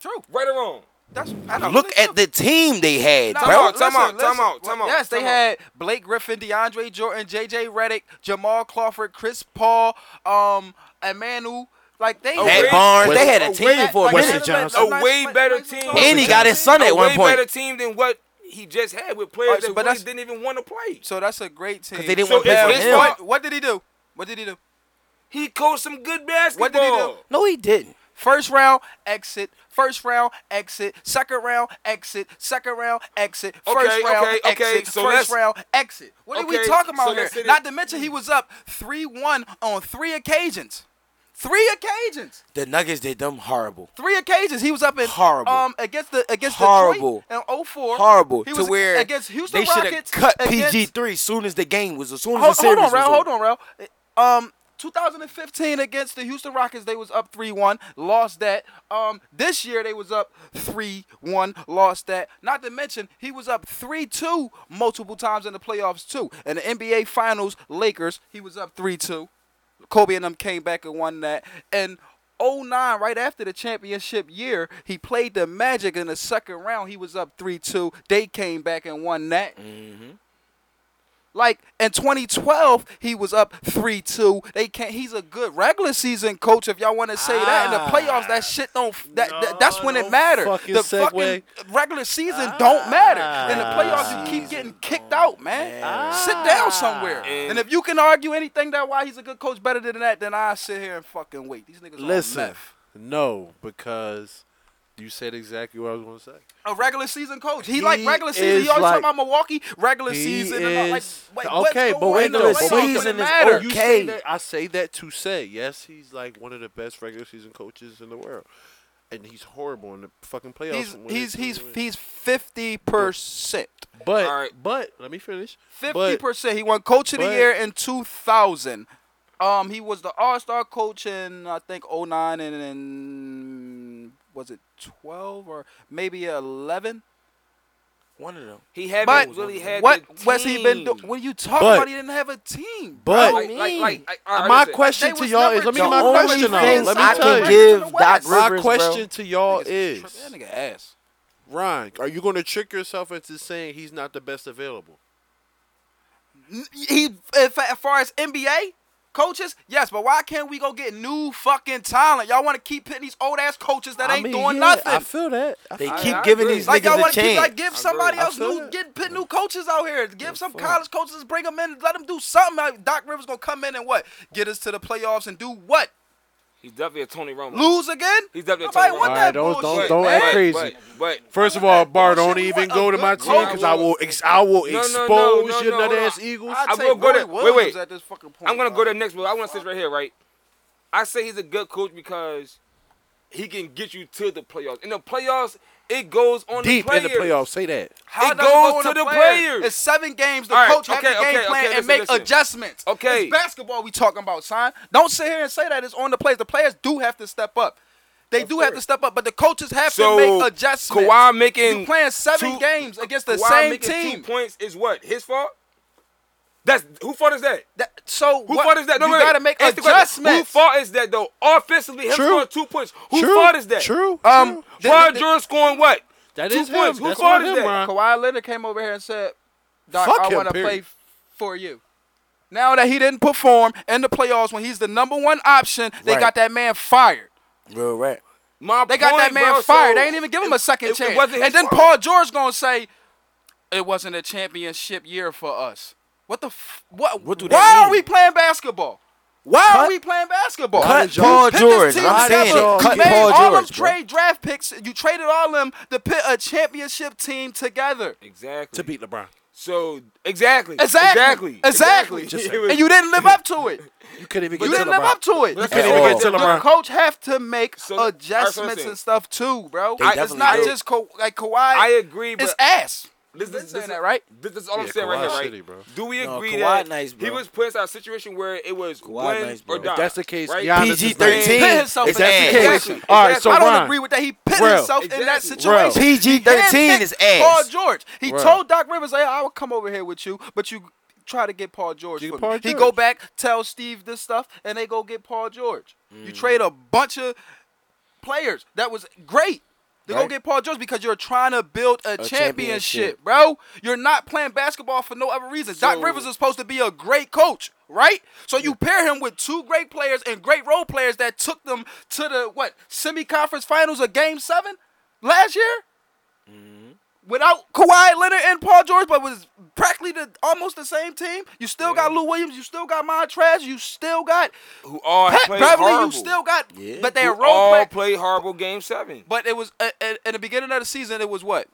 True.
Right or wrong.
That's and I
Look
believe
at
you.
the team they had,
Nah,
Time
bro.
out, time out, time out, time out,
Yes, they
time out.
had Blake Griffin, DeAndre Jordan, J.J. Redick, Jamal Crawford, Chris Paul, um, Emmanuel. Like they
Had
Barnes. They had a team for a
like,
minute.
Weston
A way better team.
And he got his son at
a
one
way
point.
better team than what he just had with
All
players
right, so-
that
but
really
that's-
didn't even want to play.
So that's a great team.
'Cause they didn't
So
want to
if
play
it's
for him.
not-
what, what did he do? What did he do?
He coached some good basketball.
What did he do?
No, he didn't.
First round exit. First round exit. Second round exit. Second round exit. First
Okay,
round
okay,
exit.
okay, so
first
let's-
round exit. What are we
Okay,
talking about
so
here?
let's sit
Not
in-
to mention he was up three one on three occasions. Three occasions.
The Nuggets did them horrible.
Three occasions. He was up in
Horrible.
Um, against the against
Horrible.
Detroit in 04.
Horrible.
He
to
was
where
against Houston
they should have
Rockets,
cut
against-
PG three soon as the game was as soon as the
Hold, hold
series
on,
was
Rel.
over.
Hold on, Rel. Um, 2015 against the Houston Rockets, they was up 3-1, lost that. Um, this year they was up 3-1, lost that. Not to mention he was up 3-2 multiple times in the playoffs too. In the NBA Finals, Lakers, he was up 3-2. Kobe and them came back and won that. And 09, right after the championship year, he played the Magic in the second round. He was up 3 2. They came back and won that. Like in 2012, he was up 3 2. They can't, he's a good regular season coach, if y'all want to say that. In the playoffs, that shit don't, that, that- that's when it matters.
fucking
The
segue.
fucking regular season don't matter. In the playoffs,
Ah.
you keep getting kicked out, man. Sit down somewhere. And, if you can argue anything that why he's a good coach better than that, then I sit here and fucking wait. These niggas on
Listen,
meth.
no, because you said exactly what I was gonna say.
A regular season coach. He, like
He
regular season.
is
He always
like-
talking about Milwaukee regular
He
season. and all. Like,
is-
wait,
okay,
what's
but
going
wait,
on in
no,
the playoffs?
season
Doesn't
is
matter.
over.
You
Okay.
say that, I say that to say, yes, he's like one of the best regular season coaches in the world, and he's horrible in the fucking playoffs.
He's
when
he's
it's-
he's
when-
he's fifty percent.
but
All right.
but let me finish.
Fifty
But-
percent. He won Coach of the
but-
Year in two thousand. Um, he was the All Star coach in I think 09 and then was it twelve or maybe eleven?
One of them.
He haven't
But
really had
what
the
Wes he been doing?
team.
What are you talking
But-
about? He didn't have a team.
But
Like, like, like, like, all right,
my
listen.
question
They
to
was
y'all is,
number
let me
two.
get my
The only
question
things
out. Let me
I
tell
can
you.
give
West.
Doc
My
My
Rivers,
question to y'all
Niggas
is,
tri- that nigga ass.
Ryan, are you going to trick yourself into saying he's not the best available?
he if, as far as NBA coaches, yes, but why can't we go get new fucking talent? Y'all want to keep hitting these old ass coaches that ain't doing nothing.
feel that.
They
I-
keep
I
giving
agree.
these
like y'all
niggas a
want to keep
chance.
like give somebody
I
else
feel
new
that.
get put new coaches out here. Give some college coaches, bring them in, let them do something. Like, Doc Rivers gonna come in and what? Get us to the playoffs and do what?
He's definitely a Tony Romo.
Lose again?
He's definitely a
Nobody
Tony
want
Romo.
that
All right, don't-
bullshit,
don't
man.
act crazy.
But, but
First of all, Bar,
Bullshit,
don't
we
even
want
go
a
to my
good
team because I will, ex- I will
No, no, no,
expose
no,
your
no,
nut
no.
ass Eagles.
I'd
I
take
will go
Roy
there. Wait,
Williams
wait.
At this fucking point,
I'm gonna go
bro.
to the next one. I want to sit right here, right? I say he's a good coach because he can get you to the playoffs. In the playoffs, it goes on
Deep
the
in the
players.
playoffs, say that.
How
It
does
goes
go
to
in
the players.
It's seven games. The
All right,
coach
okay,
has the game
okay,
plan and
okay, listen,
make
listen.
adjustments.
Okay.
it's basketball we talking about, son. Don't sit here and say that it's on the players. The players do have to step up. They do have to step up, but the coaches have
So
to make adjustments.
Kawhi making
you playing seven
two-
games against the
Kawhi
same
making
team.
Two points is what his fault. That's who fault is that?
That- so
Who
what,
fault is that? No,
you
wait, wait.
gotta make
Ask the question. Who
adjustments.
fault is that though? Offensively, him
True.
scoring two points. Who
True.
fault is that?
True.
Um, th-
Ron
th-
Jordan scoring what?
That
two
is him.
points. Who
That's
fault
on
is
him,
that?
Ryan.
Kawhi Leonard came over here and said, "Doc,
Fuck
I
him,
want to
period.
play f- for you." Now that he didn't perform in the playoffs when he's the number one option, they
Right.
got that man fired.
Real rap.
My
They got
point,
that man
bro,
fired.
so
they ain't even give him a second
it- it
chance.
wasn't his
and then
fault.
Paul George gonna say, "It wasn't a championship year for us." What the? F- what?
What do that
why are
mean?
we playing basketball? Why are
Cut-
we playing basketball?
cut
You
Paul
picked this
George.
team
I'm
together.
saying it.
You
Cut
made
Paul
all them
George, bro.
trade draft picks. You traded all them to pit a championship team together.
Exactly.
To beat LeBron.
So exactly.
Exactly.
Exactly.
Exactly.
It was-
and you didn't live up to it.
You couldn't even
You
get to
didn't live
LeBron.
up to it.
You
couldn't even get
to
The
LeBron.
coach have to make
So, all right, so
adjustments
listen.
and stuff too, bro.
They
it's
definitely
not
do.
just Ka- like Kawhi.
I agree, but
It's ass.
this,
Been
this,
saying
this,
that, right?
This, this is all I'm
Yeah,
saying right
Kawhi
here, right?
City, bro.
Do we
No,
agree
Kawhi
that
nice, bro.
he was put in a situation where it was win
nice, bro.
or
If
die?
that's the case,
right?
Giannis is
PG
great.
thirteen.
Pit himself
It's
in that
ass.
situation.
Exactly.
All right, so
I don't
Ron,
agree with that. He pit
Real.
himself in that
Exactly.
Real.
situation.
PG-13
He handpicked
is ass.
Paul George. He
Real.
told Doc Rivers, "Hey, I will come over here with you, but you try to get Paul George.
Get
for
Paul
me. He
George.
go back, tell Steve this stuff, and they go get Paul George.
Mm.
You trade a bunch of players that was great. They go
Right.
get Paul George because you're trying to build a, championship,
championship.
bro. You're not playing basketball for no other reason. Doc
So-
Rivers is supposed to be a great coach, right? So you pair him with two great players and great role players that took them to the what semi-conference finals of Game Seven last year without Kawhi Leonard and Paul George, but was practically the almost the same team. You still got Lou Williams, you still got Montrez, you still got
Who all
Pat
played
Beverly,
horrible.
you still got,
Yeah.
but
Who
they're role
all
play.
played horrible game seven.
But it was uh, uh, in the beginning of the season. It was what?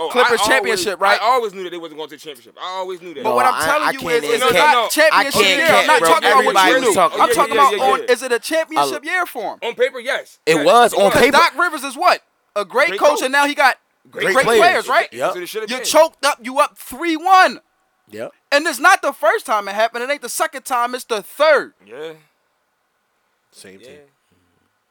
Oh, I
Clippers
always-
championship, right?
I always knew that they wasn't going to the championship. I always knew that.
But what
No,
I'm
I-
telling
I
you
can't
is, it's
answer
not
that. No, no,
championship
I can't
year.
cap,
I'm not
bro.
talking about what
Everybody
you
was
knew.
talking-
I'm
Yeah,
talking
yeah,
about
yeah,
on,
yeah.
is it a championship year for him?
on paper, yes.
It
Yes,
was on
Because
paper.
Doc Rivers is what a great,
Great
coach,
coach.
and now he got great,
Great
players.
players.
right?
Yep.
So they should have
You
been.
choked up. You up three one.
Yep.
And it's not the first time it happened. It ain't the second time. It's the third.
Yeah.
Same
Yeah.
team.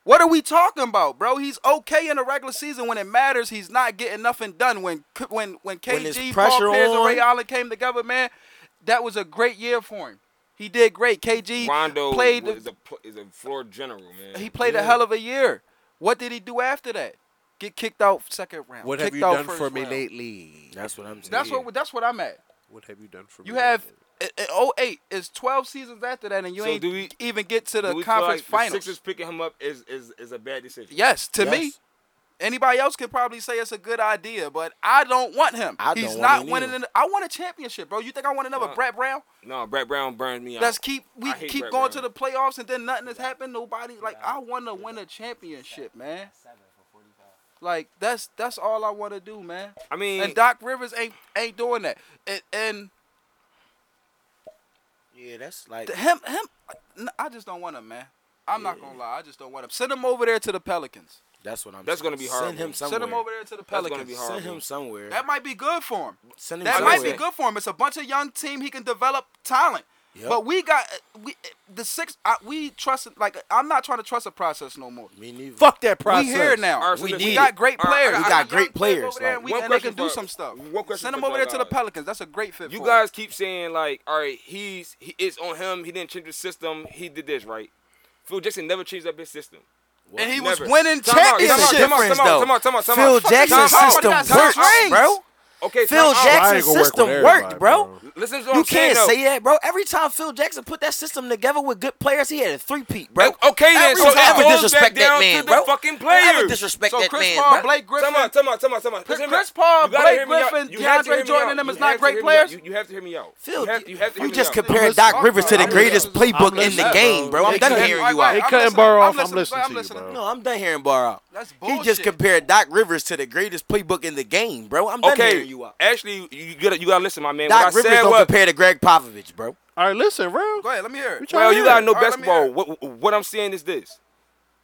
What are we talking about, bro? He's okay in the regular season. When it matters, he's not getting nothing done. When when when
When there's
KG, Paul
pressure
Pierce, and Ray
on.
Allen came together, man, that was a great year for him. He did great. KG
Rondo
played.
was- is a pl- is a floor general, man.
he played a hell of a year. What did he do after that? Get kicked out second round.
What have
kicked
you
out
done
first
for me
round.
lately?
That's what I'm saying.
That's what that's what I'm at.
What have you done for
You
me?
have
lately?
uh, 08 is 12 seasons after that, and you
So
ain't
do we-
even get to
Do
the
we feel
conference
like
finals.
The Sixers picking him up is is, is a bad decision.
Yes, to me.
Yes.
Anybody else could probably say it's a good idea, but I don't want him.
I
He's
don't want
not
him
winning.
either.
An, I want a championship, bro. You think I want another
Nah.
Brett Brown?
No, Brett Brown burned me out.
Let's keep we
I hate
keep
Brett
going
Brown.
to the playoffs and then nothing has happened. Nobody like I want to win a championship, man. Like that's that's all I want to do, man.
I mean,
And Doc Rivers ain't ain't doing that. And, and
Yeah, that's like.
th- him him, n- I just don't want him, man. I'm not gonna lie, I just don't want him. Send him over there to the Pelicans.
That's what I'm.
That's
saying.
gonna be horrible.
Send him somewhere.
Send him over there to the
gonna
Pelicans.
be hard.
Send him somewhere.
That might be good for him.
Send him
That
somewhere.
might be good for him. It's a bunch of young team he can develop talent.
Yep.
But we got uh, we the six. I, we trust like uh, I'm not trying to trust a process no more.
Me neither.
Fuck that process.
We here now.
All right, so
we
listen,
got great
all right,
players.
I
We
got
I
great
young players
players,
over there,
like,
and, we,
one
and they can
question
do
for-
some stuff.
one question
Send them
for
over there to the
y'all.
Pelicans. That's a great fit.
You
for
guys keep saying like, all right, he's he, it's on him. He didn't change the system. He did this right. Phil Jackson never changed up his system.
him. and he was
Never.
winning
Time out, time
championships.
out, time out,
Difference,
time
though.
out, time out, time out, time
Phil
out. Fuck
Jackson's
time out.
system
Time out.
works, bro.
Okay,
Phil
time out.
Everybody
Jackson's
gonna work with
system
everybody,
worked, bro.
Listen to what
You
I'm saying,
can't
though.
say that, bro. Every time Phil Jackson put that system together with good players, he had a three peat, bro.
O- okay then,
Every
so
time.
it
Ever
goes back
disrespect that
down
man,
to
bro.
the fucking
Don't ever
players.
disrespect
So
that
Chris
man,
Paul,
bro.
Blake Griffin,
Come on, come on, come on, come on. Listen to me.
Chris Paul,
You gotta
Blake
hear me out.
Griffin,
You have to
DeAndre
hear me
Jordan,
out.
and them is
You
not
have to
great
hear me
players?
out. You, you have to hear me out.
Phil,
you have, you have to hear
we
me
just
out.
compared
Listen,
Doc
I'm-
Rivers to the
I'm-
greatest
I'm
playbook in
listening,
the
bro.
game, bro. I'm
They
done
couldn't-
hearing
Right,
you
right,
They
out.
I'm
couldn't
listening,
borrow off. I'm
listening,
listening to you, bro.
No, I'm done hearing Barra.
That's
He just
bullshit.
compared Doc Rivers to the greatest playbook in the game, bro. I'm done
Okay,
hearing you out.
actually, you gotta you gotta listen, my man.
Doc
what I
Rivers
said
don't
was,
compare to Greg Popovich, bro.
All right, listen, bro.
Go ahead, let me hear it.
try-
Well, you gotta know
All right, let me
basketball.
hear it.
What what I'm saying is this: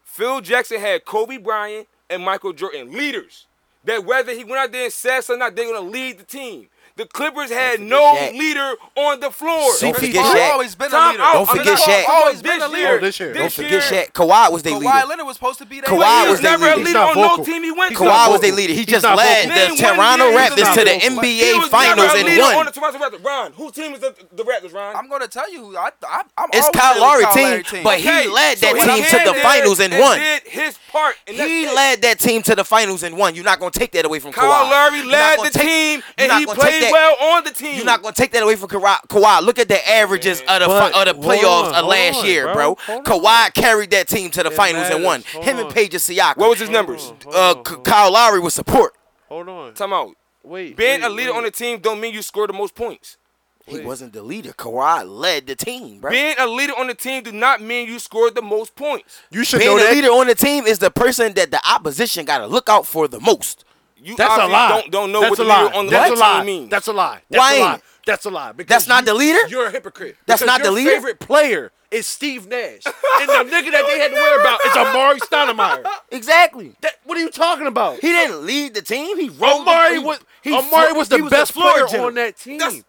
Phil Jackson had Kobe Bryant and Michael Jordan, leaders. That whether he went out there and said something or not, they're gonna lead the team. The Clippers had
forget
no
Shaq.
leader on the floor.
Don't
Chris
forget
Paul
Shaq.
always been a
Time
leader.
out.
Don't
I'm
forget
not-
Shaq.
Always been a
this
leader.
year.
Oh, this year.
Don't
This
forget Shaq. Kawhi was their
Kawhi
leader.
Leonard was supposed to be there.
Kawhi
He
was
was
their
never a
leader.
leader
He's not
on no
vocal.
team he went
He's
to.
Kawhi
not
was
vocal.
their leader. He
He's
just
not
led
vocal.
the
Man, one
Toronto
year, he's
Raptors
not
to the
vocal. He
NBA
was never
Finals
a
and
leader on
won.
the Toronto Raptors. Ron, whose team is the, the Raptors? Ron.
I'm gonna tell you who I, I I'm
It's
always
Kyle
been a
Lowry
Kyle
team,
Lowry team.
but he led that
he
team to
did
the
it
finals and won.
Did his part. And that's
He
it.
led that team to the finals and won. You're not gonna take that away from
Kyle
Kawhi.
Lowry
You're not
led
gonna
the
take-
team,
you're
and
not
he
gonna take
played
that-
well on the team.
You're not gonna take that away from Kawhi. Kawhi look at the averages of the
But
fi- of the
hold
playoffs
on,
of last
hold on,
year, bro.
bro. Hold on.
Kawhi carried that team to the
It
finals and won.
matters. Hold
Him and
on.
Paige Siakam.
What was his numbers?
Hold
uh,
on,
K-
hold on.
Kyle Lowry was support.
Hold on.
Time out.
Wait.
Being
wait,
a leader
wait.
on the team don't mean you score the most points.
He wasn't the leader. Kawhi led the team, bro.
Being a leader on the team do not mean you scored the most points.
You should
Being
know
the
that.
leader on the team is the person that the opposition got to look out for the most.
You
That's a
obviously
lie.
Don't, don't know
That's
what the
a lie.
leader on the
That's
team
a lie.
means.
That's a lie. That's
Why
a
ain't
lie.
it?
That's a lie. Because
That's not
you-
the leader?
You're a hypocrite.
That's
Because
not the
your
leader?
favorite player is Steve Nash, and the nigga that they had to worry about is Amari Stoudemire.
Exactly.
That, what are you talking about?
He didn't lead the team. He rolled.
Amari
the, he,
was
he
Amari
fl-
was the
he
best
floor
player
general. Oh,
on that team.
That's-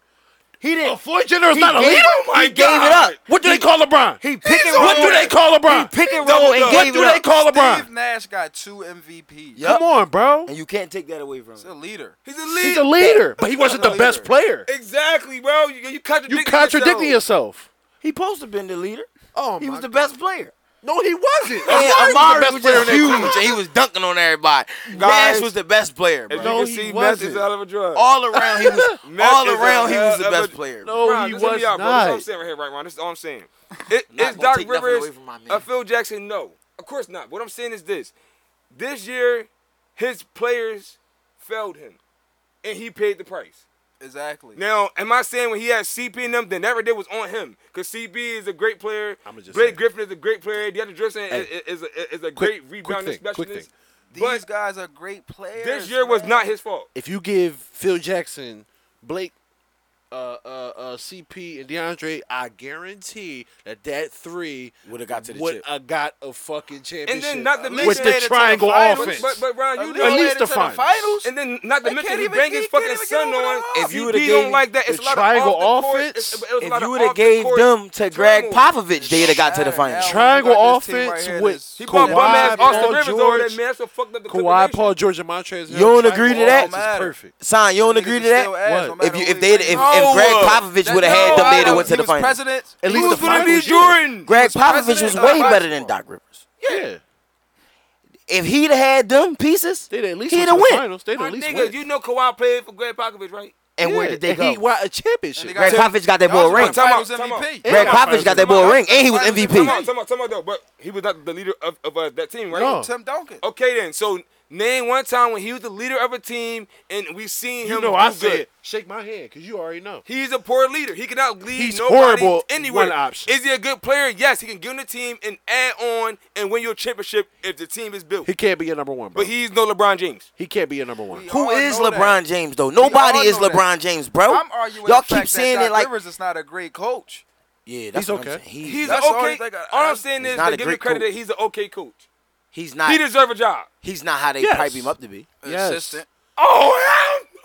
He didn't.
A fourth general's
He
not a
gave-
leader.
Oh my he gave it God. up.
What do they call LeBron?
He pick and
what
roll.
do they call LeBron?
He pick and roll and
What
gave
do
it
they
up.
call LeBron?
Steve Nash got two MVPs.
Yup.
Come on, bro.
And you can't take that away from
He's
him.
a leader.
He's a
He's
leader.
a leader, but he wasn't the
He's a
best player.
leader.
Exactly, bro. You, you contradicting
You contradicting
yourself.
yourself.
He supposed to been the leader.
Oh,
he was the
God.
best player.
No, he wasn't.
Yeah,
Amari
Amari
was the
was
best player
just
in that
huge.
class.
And he was dunking on everybody.
Guys.
Nash was the best player, bro.
As
No,
you
he
can see, Meth
wasn't.
is a hell of a drug.
All around he was
Meth
all
is a
around he was the
hell of a-
best player. bro.
No,
Ron,
he
just hear
was
me out, bro. That's all I'm
not.
saying right here, right, Ron. That's all I'm saying. It,
not
is
gonna
Doc
take nothing
Rivers
away from my man.
a Phil Jackson? No, of course not. What I'm saying is this: this year, his players failed him, and he paid the price.
Exactly.
Now, am I saying when he had CP in them, then everything was on him? Because CP is a great player.
I'ma just
Blake
say-
Griffin is a great player. DeAndre Jordan is, is, a, is a great
quick
rebounding
thing, quick
specialist.
These
But
guys are great players.
this year was
man.
not his fault.
If you give Phil Jackson, Blake, uh, uh, uh, CP, and DeAndre, I guarantee that that three
Would've got to the
would
chip.
have got a fucking
And
championship.
then not to
least
with
made it
the
to the
triangle
finals.
offense.
But, but Ron, you
At
know,
least
least
the
the
finals.
finals.
And then not
They
to mention
can't
he
even-
bring
he
his
can't
fucking
even get
son
over the
on.
hump.
If
If you
you
would've
do
gave
not like that, it's
the
a lot of
triangle
off the court-
offense,
it's- it was a
If
lot of
you would have
off the
gave
court
them to Greg
turmoil.
Popovich, they'd have got to the
Shit,
finals.
now
Triangle
we got this team
offense
right here
with
that's-
He brought
Kawhi,
bum ass Austin
Paul
Rivers over
George,
that man, so fucked up the
Kawhi,
Clipper
Paul
Nation.
George, and Montrezl.
You don't agree to
Triangle
that?
offense is
Matter.
perfect.
Son, you don't
Niggas
agree to
is still
that?
ass, no
What?
matter
If you
what
if they if,
do.
if
No,
Greg
uh,
Popovich
That-
would have had
no,
them,
I
they'd have
don't.
went
He
to the
was
finals.
President,
At least
He was
the
Who's gonna
finals
be
year.
Jordan?
Greg
He was
Popovich was
president
way
of the
better
basketball.
than Doc Rivers.
Yeah.
If he'd had them pieces,
They'd at least
he'd have
went to the
went.
finals. They'd
My
at least
nigga,
win.
you know Kawhi played for Greg Popovich, right?
And where
Yeah,
did they
and
go?
He won a
And they
championship.
got-
Greg Popovich got that boy a ring.
Time out,
Finals
time out.
MVP.
Greg Popovich got that boy a ring, and he was
Finals
Come
MVP.
on, come on, come on, though. But he was not the leader of, of uh, that team, right?
No.
Tim Duncan.
Okay, then. So name one time when he was the leader of a team, and we seen him.
You know,
do
I
good.
said shake my hand because you already know.
He's a poor leader. He cannot lead
He's
nobody
horrible
anywhere.
one option.
Is he a good player? Yes, he can get on the team and add on and win your championship if the team is built.
He can't be your number one, bro.
but he's no LeBron James.
he can't be your number one.
We
Who
all
is
know that.
LeBron James though? Nobody
all
is
know that.
LeBron James, bro.
I'm arguing
Y'all
the fact
keep saying
that
it
Doc
like
Rivers is not a great coach.
yeah, that's
He's
what I'm
okay.
saying. He-
He's
That's
a
the only
okay.
thing I-
all I'm
I-
saying
he's
is
not
to
a
give him
great
credit
coach.
that he's an okay coach.
he's not.
He deserve a job.
he's not how they
Yes.
pipe him up to be.
Yes.
Assistant.
Oh,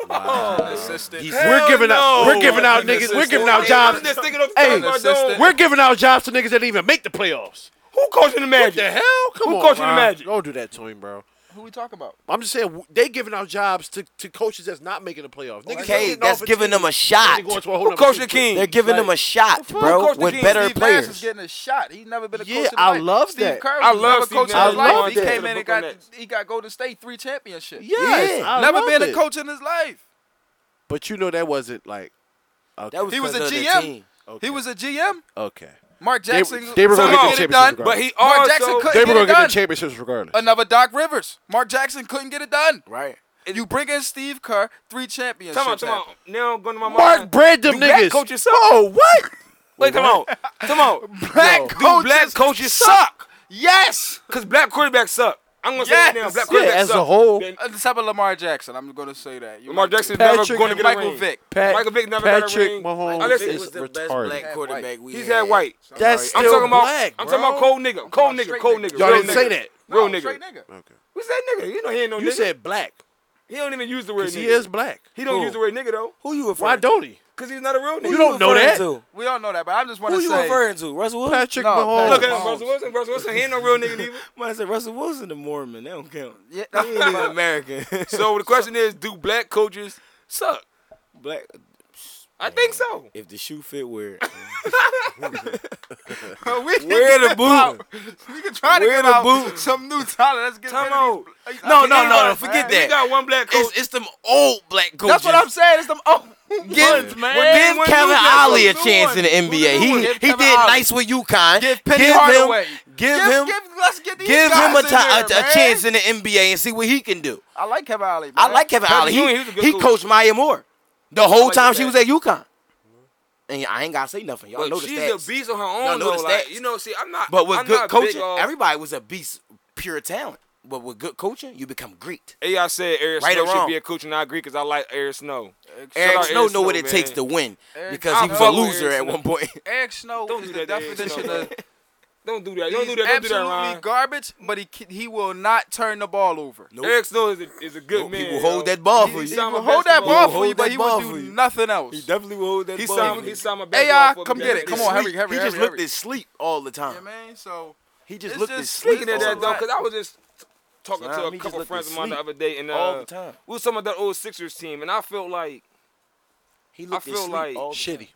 hell no.
Assistant.
He's-
We're giving
no.
out. We're giving out
He's
niggas.
an
We're giving
assistant.
out jobs.
I'm just thinking off the
Hey,
top of my dome.
We're giving out jobs to niggas that didn't even make the playoffs.
Who coaching the Magic?
The hell? Come
Who
on,
coaching the
Ron.
Magic?
Don't do that to him, bro.
Who we talking about?
I'm just saying w- they giving out jobs to, to coaches that's not making the playoffs. Niggas
Okay,
getting
that's
off a
giving
team
them a
and
shot.
they going to a whole
Who
nother
coaching the
team.
Kings?
They're giving
Like-
them a shot,
Who
bro,
coached the
with
Kings?
better
Steve Nash is
players.
getting a shot. He's never been a
Yeah,
coach. in his
I
life.
love
Steve
that.
Kerr
I
was
love
never
Steve
coach in
Nash.
his
I
life.
love
He
that.
came in and got
Book on that.
he got Golden State three championships.
Yes,
Yeah.
I
never
love
been a
it.
coach in his life.
But you know that wasn't like. Okay.
That was
He was a
'cause of the
GM.
team.
okay.
He was a GM.
okay.
Mark
They-
Jackson.
they were gonna
Somehow
get the
get it
championships
done.
But he
Mark
also
Jackson couldn't
They were
get
gonna get
it
the
done.
championships regardless.
Another Doc Rivers. Mark Jackson couldn't get it done.
Right.
You bring in Steve Kerr, three championships.
Come on, come on.
happened.
Now I'm going to my
Mark
mind.
bred them
Do black
niggas.
coaches suck?
Oh what?
Wait, come on. Come on.
Black
Do black
coaches
coaches suck?
Yes.
Because black quarterbacks suck. I'm going to
Yes.
say it now. Black
Yeah,
quarterbacks
as a
suck.
whole.
Then
Except for Lamar Jackson, I'm gonna say that. You
Lamar
might-
Jackson's never
Patrick
going to get a
Michael
ring.
Vick.
Pat-
Michael Vick never got a
Patrick
ring.
Mahomes
I listen,
is retarded.
quarterback we
He's had white.
That's
I'm
still
talking about.
black,
I'm
bro.
talking about cold nigga. Cold nigga.
straight
Cold
nigga.
nigga.
Y'all
real
didn't say
nigga.
that.
Real
No,
nigga.
straight nigga.
We said nigga. You know he ain't no
You
nigga.
said black.
he don't even use the word
'cause
nigga.
He is black.
He don't
Who?
use the word nigga though,
Who you
Why
referring? to?
don't he?
cause he's not a real
Who
nigga.
you don't know
referring
that?
to?
We don't know that, but I just want
Who
to
you
say
referring to? Russell Wilson.
Patrick
No,
Mahomes.
Patrick
Look at
Mahomes.
Russell Wilson. Russell Wilson. He ain't no real nigga neither.
Might say Russell Wilson, the Mormon. That don't count.
Yeah,
He ain't even American.
So the question is, do black coaches suck?
Black.
I think so.
If the shoe fit, wear it.
we can
Wear the
get
boot.
out- We can try to
Wear
get
the
out
boot.
some new talent. Let's get
Come
rid of
on.
these-
No, no,
Get
no,
rid
no.
of-
Forget
We
that.
got one black coach.
It's, it's them old black coaches.
That's what I'm saying. It's them old
Give,
ones, man.
well, give
Who's
Kevin
that?
Ollie a
Who's the
chance
one?
in the
Who's the
NBA.
new one?
He
Give
he
Kevin
did
Ollie.
nice with UConn.
Give Penny
him,
Hardaway.
give
Give-
him,
give- let's get these
give him a,
guys
ti-
in
a-
there,
a
man.
chance in the NBA and see what he can do.
I like Kevin Ollie.
I
man.
like Kevin
Patrick
Ollie.
Ewing, he was a
He,
good
he
coach.
coached Maya Moore the whole
like
time
that.
she was at UConn. And I ain't gotta say nothing. Y'all
But
know the
she's
stats.
a beast on her
Y'all
own
know the
though. Like,
stats.
you know, see, I'm not.
But with
I'm
good
not big uh,
coaching,
on-
everybody was a beast, pure talent. But with good coaching, you become great.
AI said Eric
Right
Snow
or
should
wrong.
be a coach, and I agree because I like Eric Snow.
Eric
out
Snow
Eric
know what
Snow,
it takes
man.
to win
Eric
because
Snow.
he was
I
a
fuck with
loser
Eric
at
Snow.
one point.
Eric Snow
Don't
is
do
the
that to Eric
definition
Snow.
of
Don't do that.
He's
Don't do that. Don't do that,
absolutely
Ron.
garbage, but he ca- he will not turn the ball over.
Nope.
Eric Snow is a, is a good
Nope,
man.
He will hold
yo.
that ball
He-
for
he
you.
signed my
He'll hold
best
that
ball.
He
ball for you,
hold
but
that
he
ball
will
for
do
you.
nothing else.
He definitely will hold that
He
ball.
signed,
for
he
me.
signed my best
Hey, y'all,
ball for
come
the
get
Bengals.
it. Come on, hurry, hurry,
He just
hurry,
looked
hurry.
at sleep all the time.
Yeah, man. So
He just
It's
looked at
just
sleep.
Speaking of
all
that
the
though,
time.
because I was just talking
Nah,
to a
me just
couple
let
friends
this
of mine the
sleep
other day, and uh,
all the time.
we was talking about that old Sixers team, and I felt like
He
I feel like
Shitty.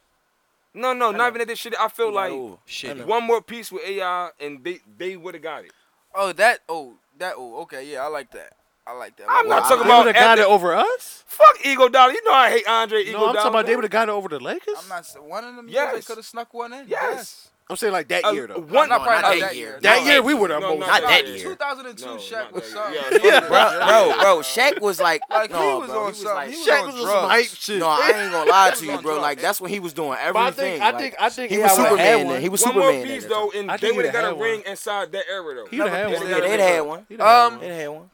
no, no, not even that they shit. I feel like
Shitty.
one more piece with AI, and they they would have got it.
oh that oh that oh okay yeah I like that I like
Oh,
that.
I'm
Well,
not
I-
talking
They would
about
have got
after,
it over us?
fuck Ego Dollar. You know I hate Andre Ego
No, I'm talking
Dollar.
about they would have got it over the Lakers.
I'm not s- one of them.
Yes.
Yes, could have snuck one in.
Yes.
I'm saying like that
Uh,
year though.
One,
not
No,
probably
not
not
that
that
year.
year.
That
No.
year
we would have
No,
most.
no,
Not
no,
that
yeah.
year.
2002
No,
Shaq
not
was
that
something.
year. Yeah,
bro, bro, bro, Shaq was like,
Like, he
no,
was
bro,
on
he was
some-
like,
he was
Shaq
on
was
drugs.
on some hype
shit.
No, I ain't gonna lie to
He was
you,
on
bro.
drugs.
Like that's when he was doing everything.
But I think I
Like,
think I think
he
he
was
had one- had
Superman.
one.
Then. He was
One
Superman.
more
at
piece
that
though,
time.
and
I think
they
he
would
would've
have got a
had one.
ring inside that era though.
He'd have had
Yeah,
one.
Yeah, they'd had one.
He'd have
Um,
had one.
They'd had one.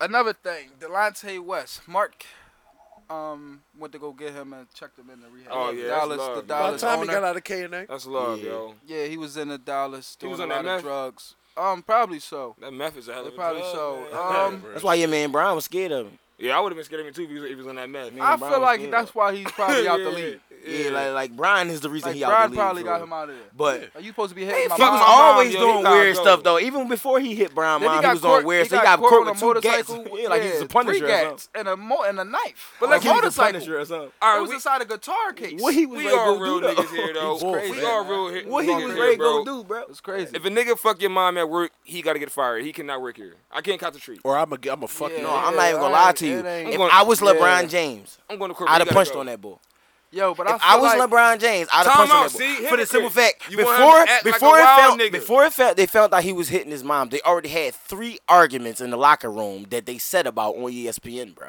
Another thing, Delonte West, Mark, um, went to go get him and checked him in the rehab.
Oh, yeah, that's
Dallas,
love,
the
man.
By the
Dallas
time he
owner.
got out of K and A,
That's love,
Yeah.
yo.
yeah, he was in the Dallas
He
doing
was
a
on that
lot of
meth?
drugs. Um, probably so.
That meth is a hell of a
Probably
drug,
so.
man.
Um,
That's why your man Brian was scared of him.
yeah, I would have been scared of him too if he was, if he was on that meth.
I
Brown
feel
was
like
good.
that's why he's probably out the league.
Yeah, like like Brian is the reason
Like
he out the
Brian
league.
probably
for
got
real.
him out of there.
But
Are you supposed to be hitting
Hey,
my
Fuck was
mom?
always
yo, he
doing
got
weird
go.
stuff though. Even before he hit Brian,
Then
Mom, he, was doing weird stuff. He got caught with two gats. yeah, like he was a punisher.
Three
or something.
gats and a mo- and a knife.
But
But
like
like
he was a
motorcycle.
Punisher or something.
All
it
right,
was
we,
inside a guitar case.
What he was
we
ready to
are
go
real
do
niggas
though.
here though.
He's crazy.
We are real hit.
What he
niggas
was
here,
ready to go
bro.
do, bro?
It's crazy.
If a nigga fuck your mom at work, he gotta get fired. He cannot work here. I can't count the tree.
or I'm a I'm a fucking.
Yeah.
No, I'm not even gonna lie to you.
it ain't-
If
I'm gonna-
I was LeBron
yeah.
James,
I'm going to court.
I'd have
You gotta
punched
go.
on that bull.
Yo, but I,
If
feel
I was
like,
LeBron James, I'd have
Time
punched on
out,
that
see?
bull. For the
Hypocrite.
simple fact,
You want him
before
to act like a
before it
wild
felt
nigga.
before it felt they found out he was hitting his mom, they already had three arguments in the locker room that they said about on E ESPN, bro.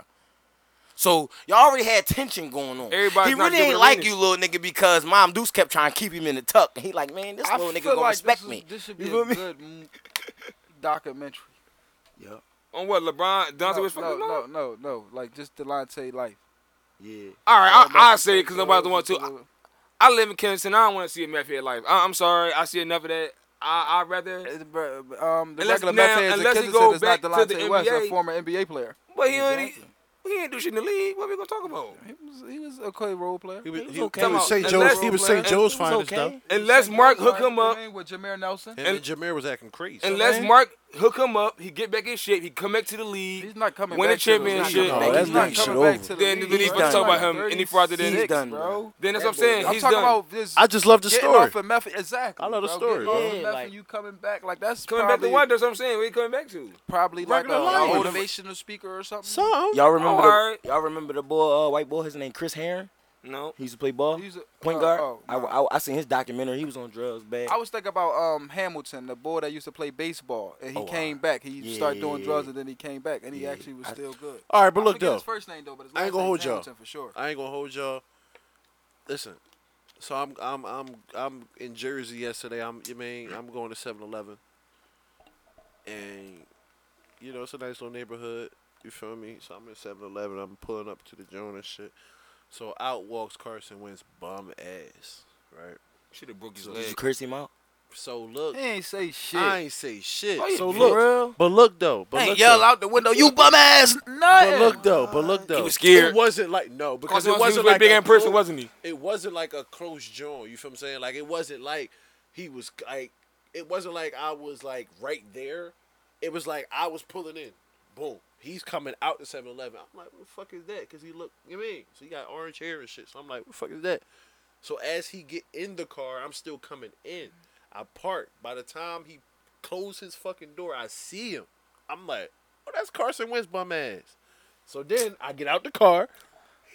So y'all already had tension going on.
Everybody's
he
not
really
giving
ain't
a
like
minute.
you, little nigga, because Mom Deuce kept trying to keep him in the tuck, and he like, man, this
I
little nigga
feel
gonna
like
respect
this is-
me.
This should
You
be
feel
a
me?
good mm, documentary.
On what? LeBron, Dante
No,
was fucking
no,
mom.
no, no, no. Like just Delonte life.
Yeah.
All right,
Delonte
I, I say it because
West,
nobody's the one to. I,
Delonte-
I live in Kensington. I don't want to see a meth head life. I, I'm sorry. I see enough of that. I I rather.
It's br- Um, the
Unless-
regular
now,
meth heads in
unless he
Kensington
go
is not
back to the
Delonte West, a
NBA.
former NBA player.
But he already. He ain't do shit in the league. What we gonna talk about?
He was, he was a okay role player.
He was, he,
was
he
okay.
was St. Joe's. He was St. Joe's finest though.
Unless Mark hook him up.
with Jameer Nelson.
And, Jameer was acting crazy.
Unless Mark hook him up, he get back in shape, he come back to the league.
He's not coming
Win
back
a
to the league.
championship.
Oh,
bro.
No, that's
He's not
league shit
coming back
over.
to
Then
league.
we
He's
can talk
like
about him any farther than-
36,
He's done,
bro.
Then that's what I'm saying.
I'm
He's
talking
done.
about this.
I just love the
getting
story.
off of meth. Exactly.
I love the
bro.
story,
Getting off
bro.
of
Yeah,
meth
like-
and you coming back like that's
coming back
probably,
to what? That's what I'm saying. Where he coming back to?
Probably like a,
Regular
a
life.
motivational speaker or something.
Some.
Y'all remember the,
Alright.
y'all remember the boy, uh, white boy, his name Chris Heron?
No.
He used to play ball.
He's a-
Point
uh,
guard.
oh,
I, I, I seen his documentary. He was on drugs, bad.
I was thinking about um, Hamilton, the boy that used to play baseball, and he
Oh,
came
wow.
back. He
Yeah,
started doing
yeah,
drugs,
yeah.
and then he came back, and he actually was
I-
still good.
All right, but
I
look
forget
though.
his first name though, but his
I ain't
last
gonna
name
hold y'all.
Hamilton for sure.
I ain't gonna hold y'all. Listen, so I'm I'm I'm I'm in Jersey yesterday. I'm you mean I'm going to 7-Eleven, and you know it's a nice little neighborhood. You feel me? So I'm in 7-Eleven. I'm pulling up to the joint and shit. So out walks Carson Wentz bum ass, right?
Should have broke his
Did you curse him out?
So look,
He ain't say shit.
I ain't say shit.
Oh, you
so
bitch.
look, but look though, but
Hey,
look
yell
though.
out the window, you bum ass.
But look though, but look though.
was scared.
It wasn't like no because
Because he
it
was
wasn't
like Oh.
like
big
a
in person,
close-
wasn't he?
it wasn't like a close joint. You feel what I'm saying? Like it wasn't like he was like it wasn't like I was like right there. It was like I was pulling in. Boom. He's coming out the 7-Eleven. I'm like, what the fuck is that? Because he look, you mean? So he got orange hair and shit. So I'm like, what the fuck is that? So as he get in the car, I'm still coming in. I park. By the time he closed his fucking door, I see him. I'm like, oh, that's Carson Wentz bum ass. So then I get out the car.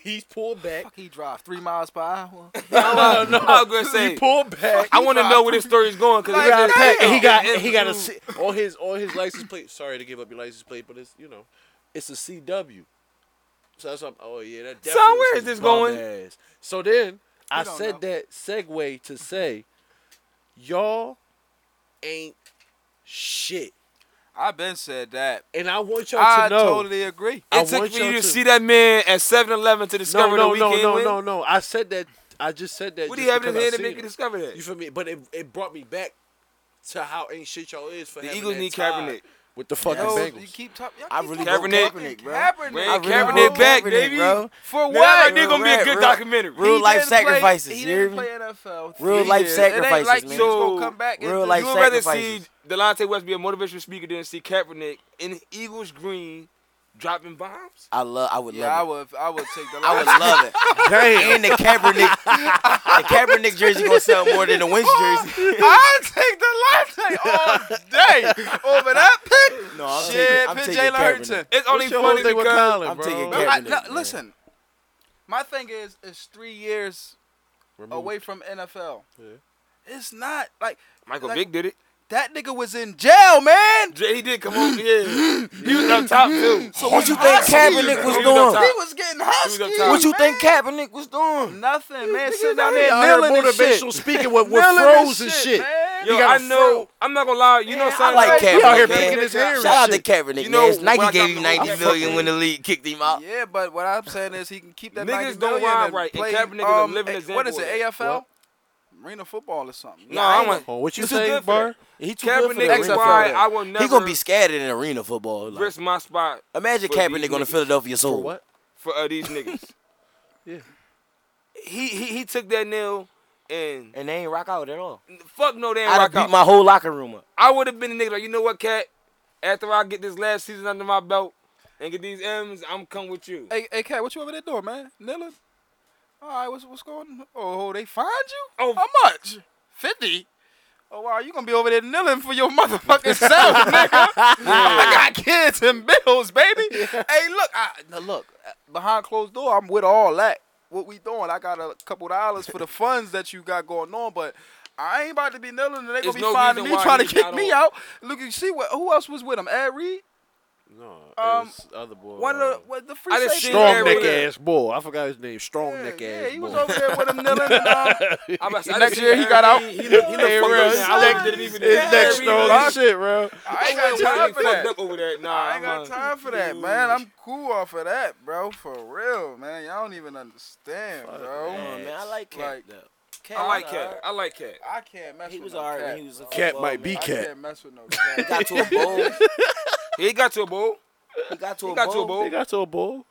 He's pulled back.
Fuck, he drive three miles per hour.
I was gonna
he
say.
pulled back.
I want to know where this story's going because
He got, packed. he got he got a C- on his on his license plate. Sorry to give up your license plate, but it's you know, it's a CW. So that's what I'm, oh yeah, that. Definitely
So where
was
is
some
this going?
bum ass. So then I
don't
said
know.
that segue to say, y'all ain't shit,
I been said that.
and I want y'all
I
to know.
totally agree.
I
It took
want
for
y'all
you to
to-
see that man at 7-Eleven to
no,
discover
no,
the
no,
weekend
no,
win.
no, no. I said that. I just said that.
What do
just
you have in
because
his
I
hand to
seen
make
it.
you discover
You
that?
feel me? But it, it brought me back to how ain't shit y'all is for
The
having
Eagles
that
need
tie
Kaepernick.
with the fucking
Yo,
Bengals.
you keep talking.
I
I
really
really
want Kaepernick,
Kaepernick,
bro.
Kaepernick.
Bring
I
Kaepernick
really want
back,
Kaepernick,
baby.
bro.
For
Now
what?
that nigga gonna be a
Real-
good
real-
documentary.
real
He
life
didn't play-
sacrifices,
He
you hear
didn't
me?
play NFL.
Real
three
life
years. It ain't
sacrifices,
like
man.
you just gonna come back.
Real
and
life
you would rather see
sacrifices.
Delonte West be a motivational speaker than see Kaepernick in Eagles green dropping bombs?
I love. I would
Yeah, I
love.
would. I would take the.
it. I would love it. And the Kaepernick, the Kaepernick jersey gonna sell more than the Wentz jersey.
I take the latte all day over that pick.
No, I'm
Shit,
taking,
pick
I'm
Jalen
taking Kaepernick.
Hurton.
It's only
What's your
funny
whole thing with
because
Colin,
I'm
bro?
taking
No, I,
Kaepernick,
no,
man.
listen, my thing is, it's three years
Remove-
away from NFL.
Yeah.
It's not like
Michael
Like-
Vick did it.
that nigga was in jail, man.
J- He did come on. Yeah, he was up top too. So
What you think Kaepernick
He
was
up
He
top.
doing?
was getting
He was up
husky.
top.
What you think Kaepernick was doing?
Nothing, man. Sitting down
He
there
out here
kneeling and shit.
motivational speaking with, with
Kneeling and
frozen
shit,
shit.
man.
Yo,
got
I
a
know. I'm not gonna lie. You know,
Yeah, I
something
like
that-
Kaepernick.
He out here
man.
picking his hair and
Shout out to
shit.
Kaepernick.
You know,
man.
when I
Nike
got
gave
the-
you
I
90
fuck
million
with
when
it.
the league kicked him out.
Yeah, but what I'm saying is he can keep that.
Niggas
90
don't
million
ride
and
right, and
Play,
Kaepernick is a
um,
living
eh, What
example
is it?
of that.
AFL, arena football or something.
No, I want
Oh, what you
He's too
say,
good for
Bar?
He too good for
Kaepernick.
the
That's
ring.
why I will never.
He gonna be scared in arena football. Like,
risk my spot
imagine
for these
Kaepernick on the
niggas.
Philadelphia Soul.
For what?
for uh, these niggas.
Yeah.
He he he took that nail and
And they ain't rock out at all.
fuck no damn
I'd
rock
have beat
out.
my whole locker room up.
I would have been the nigga like you know what, cat. After I get this last season under my belt and get these M's, I'm come with you.
Hey, hey, Cat, what you over there doing, man? Kneeling? All right, what's what's going? on? Oh, they find you?
Oh.
how much? Fifty. Oh wow, you gonna be over there kneeling for your motherfucking self, nigga? I got kids and bills, baby. Hey, look, I, now look uh, behind closed door, I'm with all that. What we doing? I got a couple dollars for the funds that you got going on, but. I ain't about to be kneeling, and they gonna
There's
be
no
finding
reason
me
why
trying to
he's
kick
not
me
on.
out. Look, you see what? Who else was with him? Ed Reed,
No,
Um,
it's other boy.
one of the, what, the free
I just
safety.
seen
strong
Ed
neck
Reed.
ass boy. I forgot his name. Strong
Yeah,
neck
yeah,
ass
he
boy.
was over there with him kneeling. And, um,
I'm about to- I
Next
just
year
seen
he got
Harry-
out.
He looked, he looked
Hey,
fucked
bro,
up.
his
now. I
neck-
looked, didn't even.
his neck strong as shit, bro.
I ain't got time for that.
Up over that. Nah,
I ain't
I'm,
got
uh,
time for that, man. I'm cool off of that, bro. For real, man. Y'all don't even understand, bro.
Man, man, I like Cap.
Like,
though.
I like Cat. I like Cat.
I can't mess
He
with
was
no
alright
cat.
when he was a
bro.
Cat
football
might be
man.
I
Cat.
can't mess with no
He
cat.
got to a bowl.
He got to a bowl.
He got to a
He got to a
bowl.
He
bowl.
got to a bowl.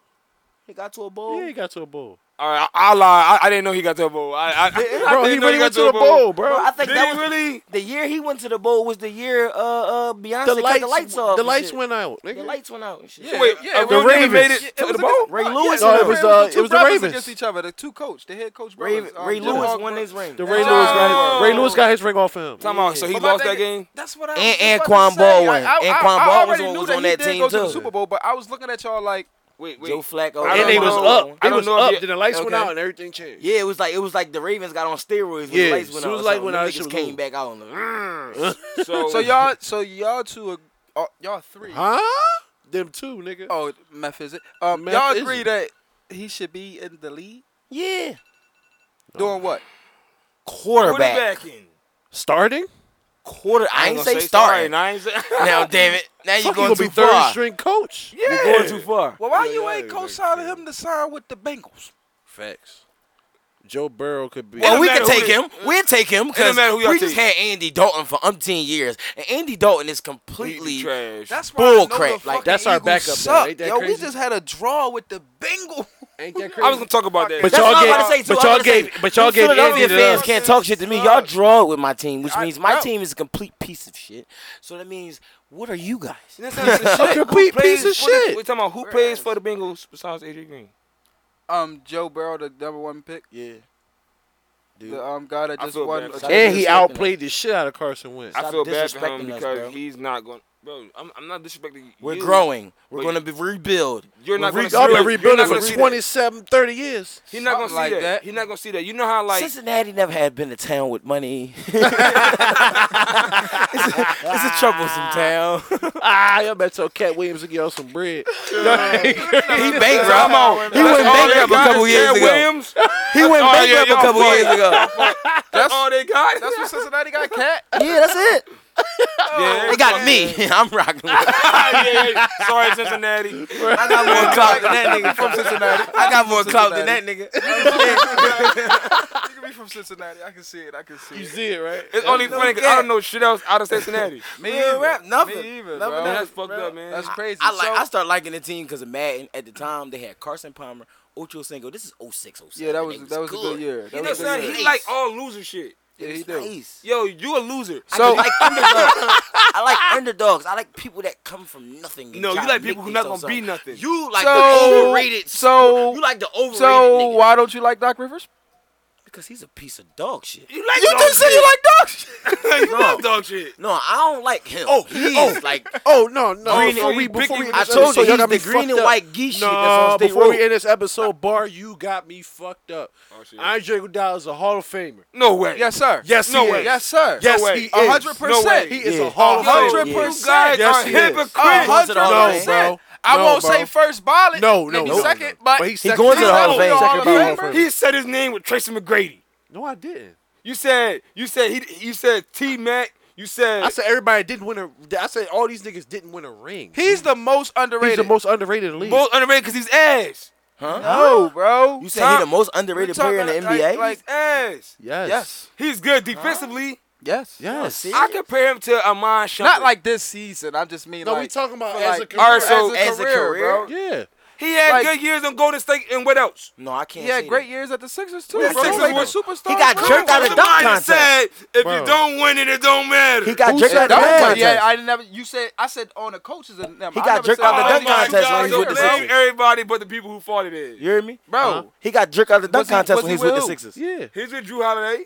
He got to a bowl.
Yeah, he got to a bowl.
All right, I, I lied. I, I didn't know he got to a bowl. I, I, I
Bro,
didn't
he
know
really
got
went to the bowl,
Bro,
bro.
I think
Did
that
he
was
really?
the year he went to the bowl was the year uh uh Beyonce
The
cut
lights,
the lights off.
the
and
lights
shit.
went out. Nigga.
The lights went out and shit.
Yeah,
Wait,
yeah,
a
it was
real nigga made
Ravens.
it
Yeah,
to
it
the
was
bowl.
against-
Ray
yeah,
Lewis
no,
won.
it was the,
it
two
was the
brothers
Ravens.
against each other. The two coach, the head coach
Ray,
brothers. um,
Ray
Jim
Lewis
Harbaugh.
won his ring.
The Ray Lewis got his, Ray Lewis got his ring off him.
Time out. So he
But my
lost
thing
that
is-
game.
That's what I
And-
was
and
just about to
Quan
say.
Baldwin.
I, I,
And
I,
Quan
I
Baldwin
already
was
knew
on-
that
on
he
that
did
team,
go to the
too.
Super Bowl, but I was looking at y'all like,
Wait, wait.
Joe Flacco.
I
And
don't
they
know.
was up. They
I don't
was
know if
up.
it-
Then the lights went
okay.
out and everything changed.
Yeah, it was like it was like the Ravens got on steroids when
Yeah,
the lights went
soon
out.
as
or
light
something.
went
Them
out, shit
niggas
was
came
over.
back out. And like,
So,
so y'all, so y'all two, ag- uh, y'all three.
Huh? Them two, nigga.
Oh, meth is it? Um,
Meth
y'all
is
agree
it.
that he should be in the league
yeah,
doing what?
quarterback.
quarterbacking.
Starting?
Quarter. I ain't
gonna
say
starting.
starting.
I ain't say.
Now, damn it. Now you
Fuck,
going
he
too
gonna be third
far.
string coach.
Yeah.
You're going too far.
Well, why
Yeah,
you
yeah,
ain't
yeah,
co-signing
yeah.
him to sign with the Bengals?
Facts. Joe Burrow could be.
Well, we could
matter who
take
it-
him. We'll take him because
matter who y'all
we just
take.
had Andy Dalton for umpteen years, and Andy Dalton is completely.
trash.
That's why I know
Bull
the
crap. Like,
fucking
that's our
Eagles
backup, though.
Suck.
Ain't that
Yo, we
crazy?
just had a draw with the Bengals.
ain't that
I was gonna talk about that.
But
That's
y'all
what I'm
gave-
about to say too.
but
I was
y'all
about to
gave-
say,
but y'all
you
gave
Philadelphia
Andy the-
fans can't talk shit to me. Y'all draw with my team, which
I-
means my
bro.
team is a complete piece of shit. So that means, what are you guys?
That's not some shit. Who
complete
plays
piece of
for the-
shit.
we talking about who plays for the Bengals besides AJ Green?
Um, Joe Burrow, the number one pick,
Yeah. Dude.
the um guy that
I
just
feel
won.
bad for
the-
that.
and he
Stop
outplayed the shit out of Carson Wentz.
I
Stop
feel bad for him
disrespecting us,
because
bro.
he's not going. Bro, I'm, I'm not disrespecting.
We're
you.
growing. We're
Wait.
going to be rebuild.
You're not
We're
going
re-
to.
Y'all been
You're
rebuilding
not
for
gonna see that.
27, 30 years.
He's not
Something
gonna see
like
that.
that.
He's not gonna see that. You know how like
Cincinnati never had been a town with money. it's, a, it's a troublesome town.
Ah, y'all better tell Cat Williams to get y'all some bread.
he bankrupt. He went
That's all
bankrupt
they
a
got
couple
is
years
Ted
ago.
Williams.
He went
Oh, yeah,
bankrupt a
y'all
couple
funny.
years ago.
That's all they got.
That's what Cincinnati got, cat.
Yeah, that's it.
yeah.
They got me. I'm rocking with it.
yeah, yeah. Sorry, Cincinnati.
I got more clout than that nigga.
From Cincinnati.
I got more clout than that nigga.
You could be from from Cincinnati. I can see it. I can see
You
it.
see it, right?
It's only funny because I don't know shit else out of Cincinnati.
Me
Real
either.
rap, nothing.
Me either,
Nothing
bro.
else,
That's fucked up, man.
That's crazy.
I, like.
So-
I started liking the team because of Madden. At the time, they had Carson Palmer, Ocho Cinco. This is 06, 07.
yeah, that was
They
that was a good year.
You
That
know,
was a
son,
good year.
he like all loser shit.
Yeah, he
It's
do.
nice.
Yo, you a loser.
So-
I like underdogs. I like underdogs. I like people that come from nothing. and
No,
try
you
to
like people
make
who not
themselves
gonna be
something.
nothing.
You like
So-
the overrated.
so-
you like the overrated.
So
nigga.
why don't you like Doc Rivers?
Because he's a piece of dog shit.
you like
You
dog
just said you
shit.
like Doc.
you like dog shit.
No, I don't like him. Oh, he's
oh.
like
Oh no, no!
Green-
before
he
we, before
picking-
we end
I
this
told
episode,
you
y'all
he's
got me
the green
fucked
and
up.
white geese shit that's
Nah,
on state
before
road.
we end this episode, Bar, you got me fucked up.
Oh, shit.
Andre Iguodala is a Hall of Famer.
No way.
Yes, sir.
Yes,
No
he
way.
is.
Yes, sir.
Yes,
way.
he is.
A hundred
No way.
percent.
He is
Yeah.
a Hall
Yo,
of
hundred
Famer.
you
percent.
guys
Yes,
are
he is.
hypocrites.
A hundred
the Hall of
percent.
Fame.
I
No,
won't
bro.
say first ballot.
No, no,
maybe
no.
second, but,
But he's
He
second.
going to the
He's
Hall of Fame.
definitely a Hall of
Second ballot.
Famer.
Hall of Famer.
He said his name with Tracy McGrady.
No, I didn't.
You said you said he you said T Mac. You said
I said everybody didn't win a. I said all these niggas didn't win a ring.
He's the most underrated.
He's the most underrated in the league.
both underrated because he's ass.
No, bro.
You said he's the
Tom-
most underrated player in the NBA.
Like, he's ass.
yes.
yes,
He's good defensively.
yes,
Yes.
see?
I compare him to Amon Shumpert.
Not like this season. I just mean
No,
like
we talking about
for,
as a
like,
career.
All right, so-
As a career?
bro.
yeah.
he had
like-
good years on Golden State and what else?
no, I can't.
He had
say
great years at the Sixers too.
Yeah,
bro.
Sixers
like
were-
a superstar.
He got
bro.
jerked out of dunk
Somebody
contest.
said if you
Bro.
don't win it, it don't matter.
That. He got
Who
jerked
said
out of the
that?
dunk
Yeah,
contest.
yeah, I never. You said I said on the coaches and them.
He
I
got
never
jerked
said
out the
on
dunk
Oh my God,
contest when
you
he was with
guys
the
don't blame
Sixers.
everybody but the people who fought it in.
You hear me? Uh-huh.
bro.
He got jerked out of the dunk
Was he-
contest
was
when
he
he was with the
with
Sixers.
Yeah.
Here's with Drew Holiday.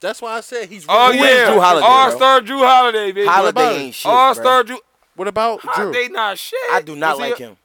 That's why I said he's.
Oh
Who is
yeah,
Drew Holiday, bro?
All Star Drew Holiday, baby.
Holiday
about it?
ain't shit.
All
bro.
Star Drew.
What about Drew?
They not shit.
I do not
Was he
like
a-
him.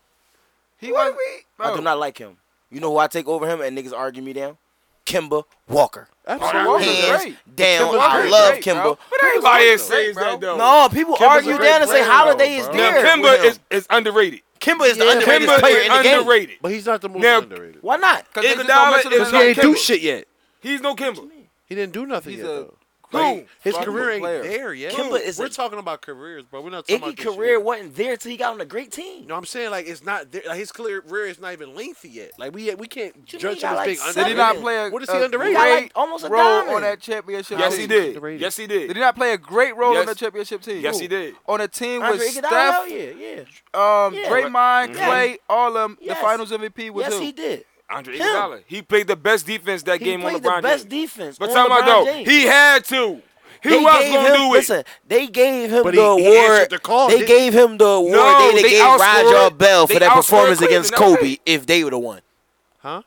He was. Bro.
I do not like him. You know who I take over him and niggas argue me down? Kimba Walker.
Walker's
Absolutely.
Hands
great.
down.
Kimba's
I
great,
love
great,
Kimba.
bro.
But everybody
Kimba's
is
great,
says
bro.
that though.
No, people
Kimba's
argue
a great
down and say
player,
Holiday
though,
is
bro.
Now
there.
Kimba
with
is,
him.
is underrated.
Kimba is the
Yeah,
underrated
Kimba
player
is
in the game.
underrated.
But he's not the most
Now-
underrated.
Why not?
Cause they just
Iguodala
don't mention him
is
as
not
a
He ain't
Kimba.
coach.
do shit yet.
He's no Kimba.
He didn't do nothing
He's
yet.
a
though.
Who?
His
fucking
career ain't
player.
there yet.
Kimba is
We're
a-
talking about careers, bro. We're not talking
Iggy
about this
career
year.
wasn't there till he got on a great team.
No, I'm saying like it's not there. Like his clear career is not even lengthy yet. Like we we can't
you
judge
mean,
him
I
as
like
being
seven?
Did he
underrated.
not play a,
What is
a
he
great
underrated?
He got, like, almost a
role
diamond.
on that championship?
Yes,
team?
he did.
Underrated.
Yes, he
Did
did.
he not play a great role
Yes.
on the championship team?
Yes,
Who?
he did.
On a team with
Andre Iguodala?
Steph,
yeah, yeah.
um,
Yeah.
Draymond,
Yeah.
Clay, all them.
Yes.
The Finals MVP was
Yes,
who?
he did.
Andre
Him.
Iguodala. He played the best defense that
He
game on
played
LeBron
the best
James.
defense.
But
on
talking
LeBron
about though,
James.
he had to. Who
They
else
gave
gonna
him-
do it?
Listen, they gave him
But
the
he- he answered
award.
the call,
they
didn't
gave him the award.
No,
they,
they
gave
outscored-
Roger Bell
they
for that
outscored
performance against
Cleveland, that's
Kobe.
it.
If they would have won,
Huh?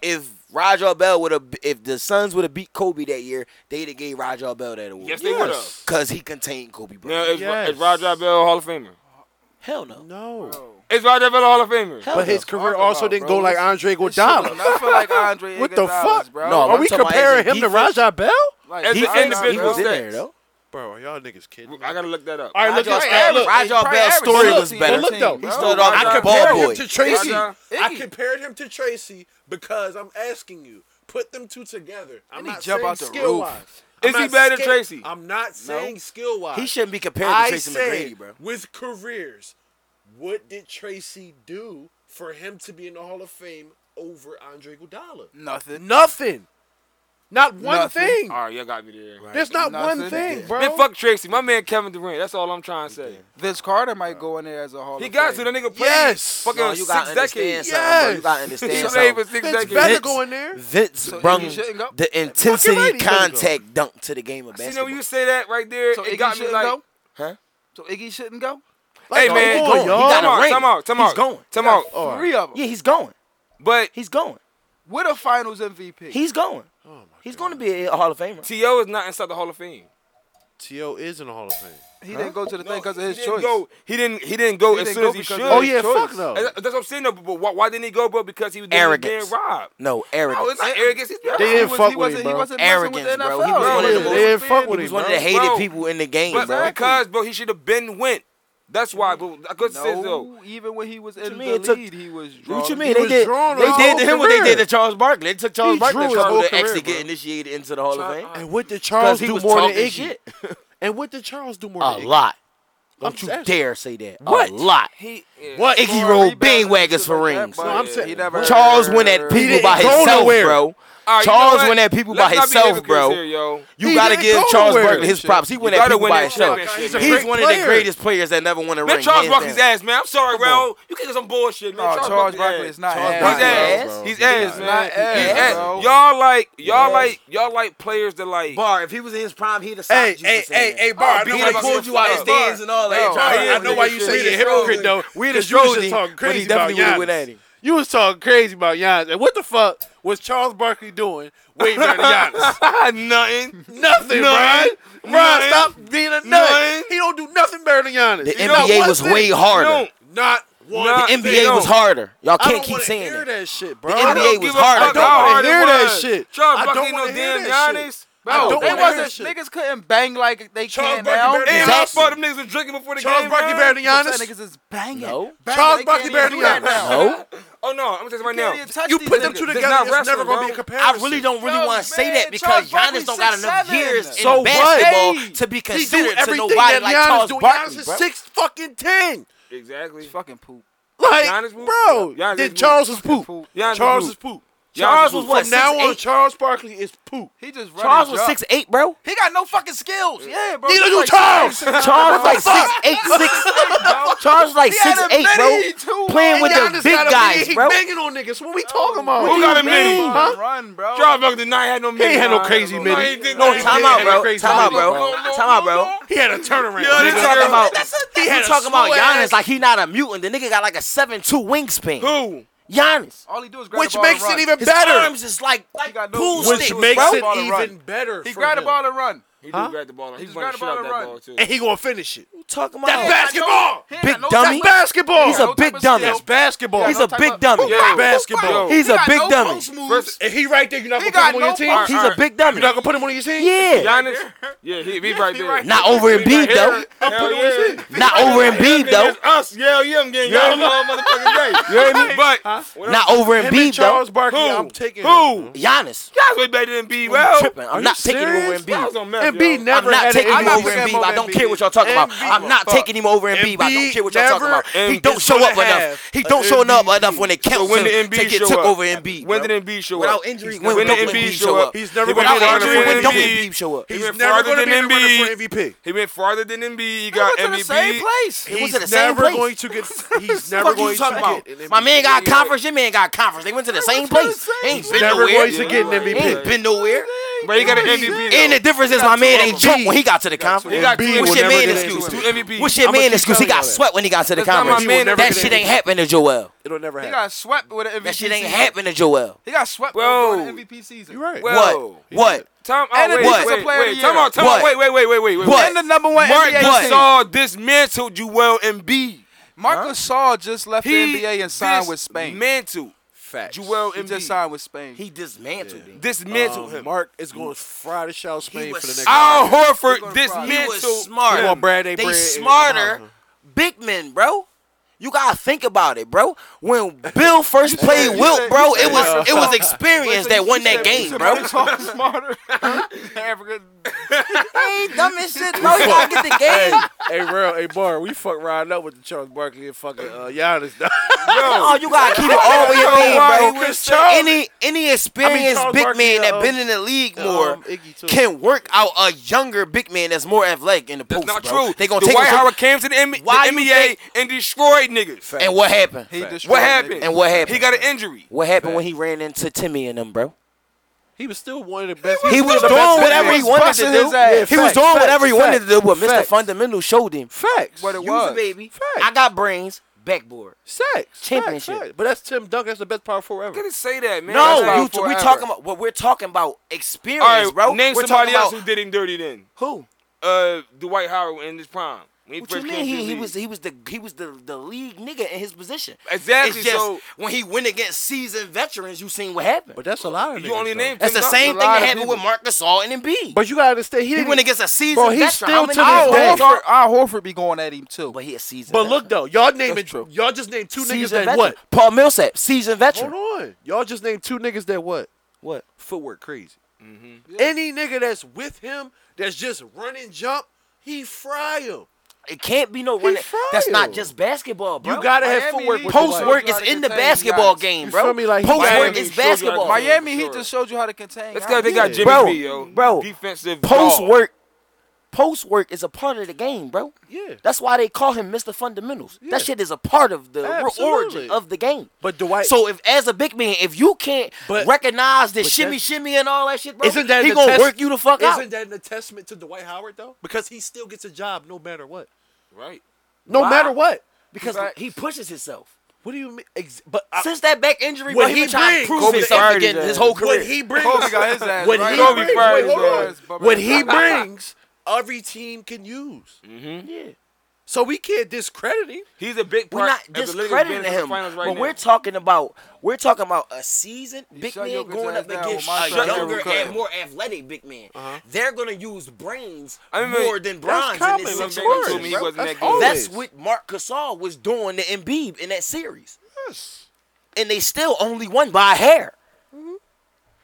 if Roger Bell would have, if the Suns would have beat Kobe that year, they'd have gave Roger Bell that award.
Yes, they would have.
Cause he contained Kobe
Now,
Bryant.
is,
Yes.
is Roger Bell a Hall of Famer?
Hell no.
No.
Is Roger Bell a Hall of Famer?
Hell
But
no.
his career
Talk
also
about,
didn't
bro.
go like Andre
Shit,
Iguodala.
I feel like Andre
What the
Iguodala,
fuck?
Bro.
No,
Are
I'm
we
talking about as a
comparing him to
defense.
Rajah Bell?
Like,
As an
Andre
individual,
Iguodala-
was in there though.
Bro, are y'all niggas kidding?
I gotta look that up.
All right, look,
Roger,
look,
Bell-
look,
Roger
Probably
Bell's
average
story
team,
was better.
look, though.
bro.
He started off
I
as a
compared
ball
compared
boy.
him to Tracy.
Roger.
I
Iggy.
compared him to Tracy because I'm asking you, put them two together. I'm
And he
not
jump
saying
out the
skill
roof.
wise.
Is he better than Tracy?
I'm not saying skill wise.
He shouldn't be compared to
I
Tracy
said
McGrady, bro.
with careers, what did Tracy do for him to be in the Hall of Fame over Andre Iguodala?
Nothing.
Nothing. Not one
Nothing.
thing.
All right, y'all got me there.
There's not
Nothing.
one thing,
Yeah.
bro.
Man, fuck Tracy. My man Kevin Durant. That's all I'm trying to say.
Vince Carter might go in there as a Hall
He
of
got to.
Fame.
That nigga played
Yes.
fucking
No, you gotta
six
understand
decades.
something, bro. You
Yes.
gotta
He
understand
played
something.
for six
Vince
decades.
better
Vince-
go in there.
Vince
So, Iggy
brung
shouldn't go?
the intensity
right he better go.
contact dunk to the game of
See,
basketball.
now when you say that right there,
So
it
Iggy
got me
shouldn't
like,
go.
Huh?
So Iggy shouldn't go.
hey
no,
man,
he
come
going,
on,
y'all.
He got a ring.
Time out, time
He's
out,
going.
time out.
Oh.
Three of them.
yeah, he's going.
But
He's going.
With a Finals MVP.
He's going.
Oh,
he's going to be a Hall of Famer.
T.O. is not inside the Hall of Fame.
T.O. is in the Hall of Fame.
He didn't go to the thing because of
he
his
didn't
choice.
Go, he didn't. He didn't go
He
as
didn't
soon
go
as he
because
should.
of
Oh
his
yeah,
choice.
fuck no.
And that- That's what I'm saying. Though, but why, why didn't he go, bro? Because he was getting
Arrogance.
getting robbed.
No,
No,
arrogance.
it's not arrogance. It's
Yeah,
They
he
didn't
was-
fuck
he
with
wasn't-
him,
He
bro.
wasn't messing with the
Arrogance, bro. He
NFL,
was
bro.
one of
He
the
was
most-
They
a
didn't fuck
fan.
with
He was
him,
one of
bro.
the hated
Bro.
people in the game,
But
bro.
because, bro, he should have been went. That's why, bro. I couldn't say though.
No, even when he was in
mean
the
it took-
lead, he was drawn.
What you
He
mean? They
was
did.
drawn
They
his
did
whole
to him what they
career.
did to Charles Barkley. They took Charles
He
Barkley
drew his
trouble
whole
to
career,
actually
bro.
get initiated into the Hall of Fame.
And what did
Because
Charles
he
do
was
more than
talking
Iggy?
shit
And what did Charles do more
a
than Iggy?
lot.
I'm
Don't you
just asking.
dare say that.
What?
A lot.
He Yeah.
What?
Iggy
Scoring
rolled
rebounds
big
and
waggers
shit
for
like that,
rings.
but
No, I'm saying-
he never-
Charles went at people
didn't
by
go
himself,
nowhere.
bro.
All right, you know
Charles
what?
went at people
Let's
by
not be
himself, bro.
hypocrites here, yo.
You
He
gotta
didn't
give
go
Charles
nowhere.
Barkley his props. He went at
gotta
people
win
by
that
himself.
championship,
He's
man.
Great
one of the
player.
greatest players that never won a
Man,
ring.
Charles
hands
Barkley's
down.
ass, man. I'm sorry, bro. You kicking some bullshit, man.
No, Charles
Barkley's
Barkley
ass.
is not
Charles
ass.
He's
Barkley
ass.
ass, bro.
He's
He's not
ass, man.
ass,
He's
bro.
ass. Y'all like, y'all like, y'all like players that like.
Bar, if he was in his prime, he'd have socked
Hey,
you. for
hey,
saying
hey,
that.
hey, Bar. I
beat
know
him
why
up.
you
pulled you out
Bar.
of stands and all that.
Yo,
Charles
I- I
Barkley
know why
was
you
just
say
shit.
you're a hypocrite,
though.
We the
'Cause you was
Trojans,
just talking
but he
crazy about
definitely would have
Giannis.
went at him.
You was talking crazy about Giannis. And what the fuck was Charles Barkley doing way better than Giannis?
nothing.
nothing, Brian.
Nothing.
Brian,
Nothing.
stop being a nut.
Nothing.
He don't do nothing better than Giannis.
The
You know
NBA
one
was
thing?
way harder.
Not one.
Nah,
The
they
NBA
don't.
was harder. Y'all
I
can't
don't
keep
wanna
saying
hear
that.
that shit, bro.
NBA
I don't
was
give a fuck
harder.
how
I don't
hard it
wanna hear
was.
that shit.
Charles
I
Barkley
don't
ain't no
wanna hear
damn
that shit.
Giannis.
I
Bro,
don't
They
wanna hear
wasn't
that shit.
niggas couldn't bang like they
Charles
can
Barkley
now.
better than
And
Giannis.
I thought them niggas was drinking before the
Charles
game.
Barkley
man.
better than
I'm saying
Giannis.
Niggas is banging.
No.
Banging,
Charles
they
Barkley
can't
better
even
than
do that
Giannis.
now.
No.
Oh no, I'm gonna tell you right
You can't
now.
even touch
You
these
put them two
niggas.
That's
together,
not
it's
wrestling,
never going to be a
bro.
comparison.
I really don't really
Bro,
want to say
man,
that because
Charles Barkley's
Giannis don't got enough
6'7".
years
So
in
what?
basketball
Hey,
to be
He do
considered to
everything
nobody
that
like
Giannis
Charles
do.
Barkley.
Giannis is
bro.
six fucking ten.
Exactly.
Fucking poop.
Like,
Giannis was-
bro,
Giannis
then
was-
Charles is poop.
poop.
Giannis
Charles
was
is poop.
Charles
Charles
was
was
what?
From now on,
6'8"?
Charles Barkley is poop.
He just
Charles
running
was
jump.
six eight, bro.
He got no fucking skills. Yeah, bro.
Neither
He's
do
like
Charles.
Charles was like six eight six. Charles was like
He had
six
a
eight,
mini,
bro.
too,
Playing
bro.
with
Giannis
the big
got a mini,
guys,
he
bro.
banging on niggas. What we talking about?
Who got a mini?
Run,
Huh?
run, bro.
Charles Barkley did not have no mini.
ain't had no
Nah,
crazy
nah,
mini.
nah, he didn't.
No,
Nah,
he
he
Time
didn't
out,
have
bro.
no crazy
Time out,
mini.
bro. Time out, bro.
He had a turnaround.
Yeah,
We
this
nigga.
nigga-
talking about
He
we
had a
talking about
slow
Giannis
ass-
like he not a mutant. The nigga got like a seven two wingspan.
Who?
Giannis,
All he do is grab
Which
the ball
makes
and run.
it even
his
better.
arms is like like
got no-
pool
Which
sticks,
makes
bro.
it- ball and run.
better.
He
for
grabbed the
him.
ball and run.
He
Huh?
do grab the ball. He
just grabbed
running shit
the ball
out
and
that
run.
ball too.
and he gonna finish it.
You talking about
That's basketball.
He ain't
Big
got no
dummy.
type of-
Basketball.
He's
He
a
got no
big
type of
dummy.
skill.
That's basketball.
He's
no
a
type
big
of-
dummy.
Yeah.
basketball.
He's
He
a
got
big
no
dummy.
post moves.
First-
And he right there. You're not
He
gonna put
got
him on
no
your team.
part.
You're
He's a big dummy.
not gonna put him on your team.
Yeah,
Giannis. Yeah, he be right there.
not over
He right
Embiid
there.
though.
Hell yeah.
Not over Embiid though.
That's us. Yeah, yeah, I'm getting
Yeah.
y'all all motherfucking day. You hear me? But what
Not over
Him and
Embiid though.
Charles Barkley.
Who?
I'm taking
Who?
him.
Giannis.
Giannis way better than Embiid.
I'm
Well,
tripping. I'm
you
not taking him over
serious?
I was
Embiid.
on meth, yo.
Embiid
I'm
never
not
had an
taking him
NBA
over
season.
Embiid. I don't
Embiid.
care what y'all talking about.
Embiid
I'm not
was
taking him over Embiid. I don't
Embiid
care what y'all talking about.
never
He don't
is
show up
gonna have
enough. He
an
don't show up
MVP.
enough when it counts.
when
to-
did Embiid
to get
show
took
up?
over Embiid.
When
bro.
did Embiid show
Without
up?
injuries,
when,
when
did
don't
Embiid show up?
He's never
He
gonna
went
be in the
farther
running
than
for
When don't
MVP.
Embiid.
Embiid show up?
He
He's
went
never
farther
gonna
than
be in the running for
Embiid.
MVP.
He went farther than Embiid.
They
He got
went to the same
MVP.
place.
It was
He's
in the same
never
place.
going to get. He's
What
never
the fuck you
going
talking
to
about?
get. an
My
MVP.
man got
Yeah.
conference. Your man got conference. They went to the same place. They Ain't been
Never
nowhere.
going to get an
He Ain't
MVP.
been nowhere.
But he got an MVP. though.
And the difference is my man ain't drunk when he got to the
He
conference.
got two
Embiid will
What's your
never
man
get an
excuse?
MVP.
Two MVP.
What's your
I'ma
man
keep
excuse? He
telling
got
y'all that.
sweat when he got to the
That's not my
conference.
man.
That
Never
shit
get
ain't happen to Joel.
It'll never
He
happen.
got swept with an MVP
That shit
season.
ain't happen to Joel.
He got swept
Whoa.
with an MVP season.
You're right.
Whoa.
What? What?
Tom, oh,
And a
wait,
defensive
wait,
player of
wait,
the
time
year.
out, time
What?
out, wait, wait, wait, wait, wait, wait.
What?
And the number one
Mark
NBA
What?
team.
Gasol dismantled Joel Embiid.
Marcus Gasol just left
He
the NBA and signed with Spain.
Dismantled
Facts.
Joel
he
Embiid.
just signed with Spain.
He dismantled him.
dismantled him.
Mark is going to fry the shell Spain
was
for the next.
Al
He
Horford
gonna cry.
He was
dismantled.
smart.
Come on, Brad, they bread.
smarter.
Uh-huh.
Big men, bro. You gotta think about it, bro. When Bill first played
you
Wilt,
said-
bro,
you said
it was
Marcus
it was
Gasol.
experience that won that game, bro.
Marcus Gasol is smarter. African.
Hey, dumb as shit, bro. You gotta get the game.
hey, real, hey, Bar, we fuck riding up with the Charles Barkley and fucking uh, Giannis.
No,
dog.
Oh, you gotta keep it all the way
Yo, why
up,
he
bro.
was
Charles-
Any any experienced
Charles
big
Barkley,
man that
uh,
been in the league more
um, Iggy too.
can work out a younger big man that's more athletic in the post.
That's not
bro.
true.
They gonna take
Dwight
him-
Howard came to the, M- the
Why you
NBA
think-
and destroyed niggas.
And what happened?
He destroyed
What happened?
niggas.
And what happened?
He got an injury.
What happened when he ran into Timmy and them, bro?
He was still one of the best.
He was
the
doing
best
whatever
player.
he wanted to
busting his
do.
ass.
He was
Facts,
doing
facts,
whatever he wanted to do, but Mr.
facts.
Fundamental showed him.
Facts.
What it
Use
was.
a baby.
Facts.
I got brains. Backboard.
Sex.
Championship.
But that's Tim Duncan. That's the best power four ever.
Gotta say that, man. That's
No,
about
you t- we
forever.
talking about what we're talking about experience,
All right,
bro.
Name
we're
somebody
talking
else
about
who did him dirty then.
who?
Uh, Dwight Howard in his prime. When he
What you
first
mean?
came to
He,
the
he
league.
was he was the he was the, the league nigga in his position.
Exactly,
It's just
so-
when he went against seasoned veterans, you seen what happened.
But that's a lot of
You
niggas,
only
though.
named
That's
Tim
the same
Duncan.
thing
lot
that
of
happened with
people.
Marc Gasol and Embiid.
But you gotta understand, he
he
didn't
went against a seasoned
Bro, he's
veteran.
still
How many
to this
years
day.
old?
Al Horford, Al Horford be going at him too.
But he a seasoned.
But look though, y'all naming
true.
y'all just named two niggas
seasoned
that
veteran.
what?
Paul Millsap, seasoned veteran.
Hold on, y'all just named two niggas that what?
What?
Footwork crazy.
Mm-hmm.
Any nigga that's with him that's just run and jump, he fry him.
It can't be no running. That's not
frail.
just basketball, bro.
You gotta have
Miami
footwork.
is-
with
Post
post
the
work
You
is
gotta
in the
contain
basketball
guys.
game,
You
bro.
feel me? Like,
post work is
Miami showed you how to
basketball.
contain
Miami Heat
Sure.
just showed you how to contain.
That's because they got
Yeah.
Jimmy
Bro,
B, yo.
bro,
Defensive
Post
dog.
work, post work is a part of the game, bro.
Yeah.
That's why they call him Mr. Fundamentals.
Yeah.
That shit is a part of the real origin
Absolutely.
of the game.
But Dwight-
so if as a big man, if you can't
But-
recognize the
but
shimmy,
that's-
shimmy, and all that shit, bro,
Isn't that
he
the
gonna
test-
work you the fuck
Isn't
out?
that an attestment to Dwight Howard though? Because he still gets a job no matter what.
Right.
No
Wow.
matter what.
Because
Right.
he pushes himself.
What do you mean? Ex- but I,
Since that back injury,
What
bro, he,
he
been trying to
brings-
prove
Kobe
himself
fired
again
his
his
ass.
whole
what
career.
he brings,
Kobe got his ass.
When
right?
he
Kobe
brings,
fired
wait,
his
hold
ass.
on. When he brings, every team can use.
Yeah.
So we can't discredit him.
He's a big part.
We're not
of the Lakers being in
discrediting
the
him,
finals right
but
now.
we're talking about we're talking about a seasoned big
shut
man
Jokic's
going
ass
up
down with
against
my
a
shot.
younger
Jokic's
and
ass.
more athletic big man. They're gonna use brains
I mean,
more than bronze in
common,
this
Some
that's
nigga told
situation.
me he
bro.
wasn't
That's
that
all
good.
That's
Always.
what Mark Gasol was doing to Embiid in that series,
Yes.
and they still only won by a hair.
Mm-hmm.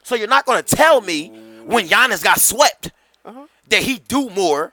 So you're not gonna tell me when Giannis got swept
Uh-huh.
that he do more.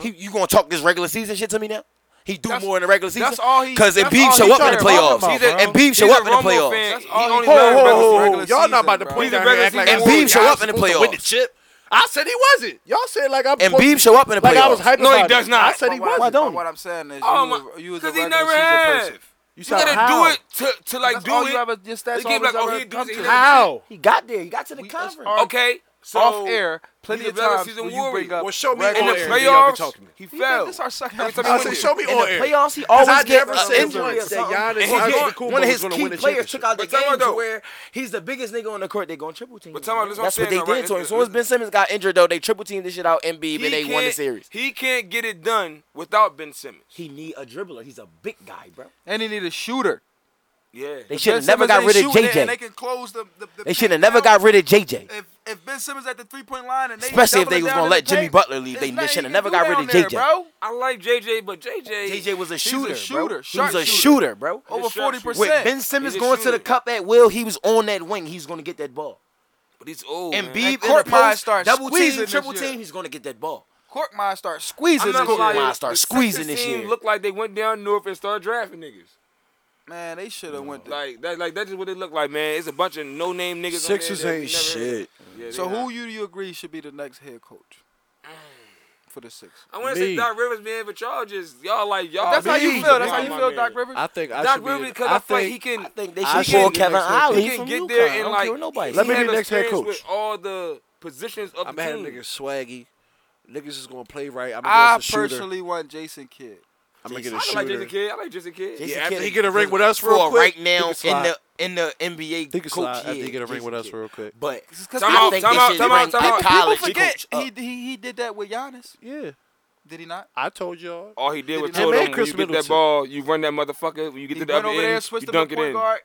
He, you gonna talk this regular season shit to me now? He do more in the regular season.
that's all he-
Because
that's
Embiid
all
show
he
up in the
started
playoffs.
talking about,
and
bro.
Embiid show
He's a
up in the
Romo
playoffs.
fan.
That's
He
all he
only
does
learned
is
about
regular
his
Oh,
regular
y'all not about to
season,
play
bro.
down here and act like
He's a
I'm
regular
Embiid
season
worried.
show
Y'all
up in the
supposed to win
playoffs.
chip. I said he wasn't. Y'all said like I'm.
Embiid
supposed-
show up in the
Like I was
playoffs.
hyped
No, he
about
does
it.
not.
I said he
But what-
wasn't.
but What I'm saying is,
Oh
you
my,
were- you was a
because he
regular
never
season
had.
person.
You,
said
gotta
how?
do it to to like
That's
do
all
it.
you ever- your stats
They keep
always
like, oh,
ever
he do this, he
come to.
do
How?
He got there. He got to the
We- it's
conference.
that. Okay, so
off air, plenty
he's a
of
regular
times
season
when you
warrior.
bring up
Well, show me
in
regular
the
on
season.
air, then y'all can
playoffs,
talk to me.
he
You think
fell.
This our second
Every
episode.
time he
I
win.
said show me
In the
on air.
playoffs, he
Because I
always gets
never
an injury
said
or
once that
something.
Giannis
And he's
Antetokounmpo
going-
One of his
was gonna
key
win a
players took
championship.
out the
But tell me
game to
though.
where he's the biggest nigga on the court. They're going triple team.
But tell me
him.
this what
That's
I'm
what they
saying,
did
though, right?
to him. As
Listen,
soon as
listen.
Ben Simmons got injured, though, they triple teamed this shit out. Embiid and they won the
can't-
series.
He can't get it done without Ben Simmons.
He need a dribbler. He's a big guy, bro.
And he need a shooter.
Yeah.
They should
Ben
have never
Simmons
got
ain't
rid of
shooting, And they
JJ.
can close the. the, the
They should have never got rid of JJ.
If if Ben Simmons at the three point line and they
Especially if they
doubling
was
down
gonna
in
let
the
Jimmy
paint,
Butler lead,
there's
they
nothing
shoulda
you
never
can do
got rid
down
of
there,
JJ.
bro.
I like JJ, but JJ.
JJ was a
He's
shooter,
a shooter.
bro. He was a
Sharpshooter.
shooter, bro.
Over
He's a sharpshooter.
forty
With
Shit.
Ben
percent.
Simmons
He's a
going to the
shooter.
cup at will, he was on that wing. He's going to get that ball.
But he's old.
And
man.
Beeb in the
Korkmaz
post,
starts
double
squeezing
team,
this
triple
year.
team, he's going to get that ball.
Korkmaz starts
I'm
squeezing
not
this
gonna lie,
year.
Korkmaz
the
start
Sixers
squeezing this
team
year.
Looked like they went down north and started drafting niggas.
Man, they should have went. There.
Like that, like that's just what it looked like, man. It's a bunch of no name niggas.
Sixers
on there that
ain't
we never had.
shit.
Yeah, they
So
not.
who you do you agree should be the next head coach for the Sixers?
I want to say
Me.
Doc Rivers, man, but y'all just y'all like y'all.
That's how you
me.
feel. That's how
y'all
you
my
feel,
man.
Oh, Doc Rivers.
I think I
Doc
should be.
Rivers,
the-
because
I
I feel like
think
he can.
I think they
I
should
should
pull
be the
Kevin
next head
Ollie
he
from
can get
UConn.
there and
I don't
like
care what nobody.
Let
Let
me
me
have
be the next head coach.
experience with all the positions of
I'm
the
gonna have
team.
niggas swaggy. Niggas is gonna play right. I'm
I
gonna get a shooter.
personally want Jason Kidd.
I'm gonna get a
I like Jason
shooter.
Kidd. I like Jason Kidd.
Jason
Yeah,
Kidd
after he
is-
get a ring with us
for
real quick,
right now
he can
in the
slide.
in the NBA
He can
coach.
slide after
yeah,
he get a ring
Jason
with us
Kidd.
real quick.
But
It's 'cause
Time
people-
out,
I think
time
they
out,
should
time
bring
out, time
a
out.
college
people forget
coach up.
he, he he did that with Giannis.
Yeah,
Did he not?
I told y'all.
All he did was
And
tell
made
them when
Chris
you get that
Middleton.
ball, you run that motherfucker. When you get
He
to
went
the other
over there,
end, you
switched him
dunk
to
it
point
in.
guard.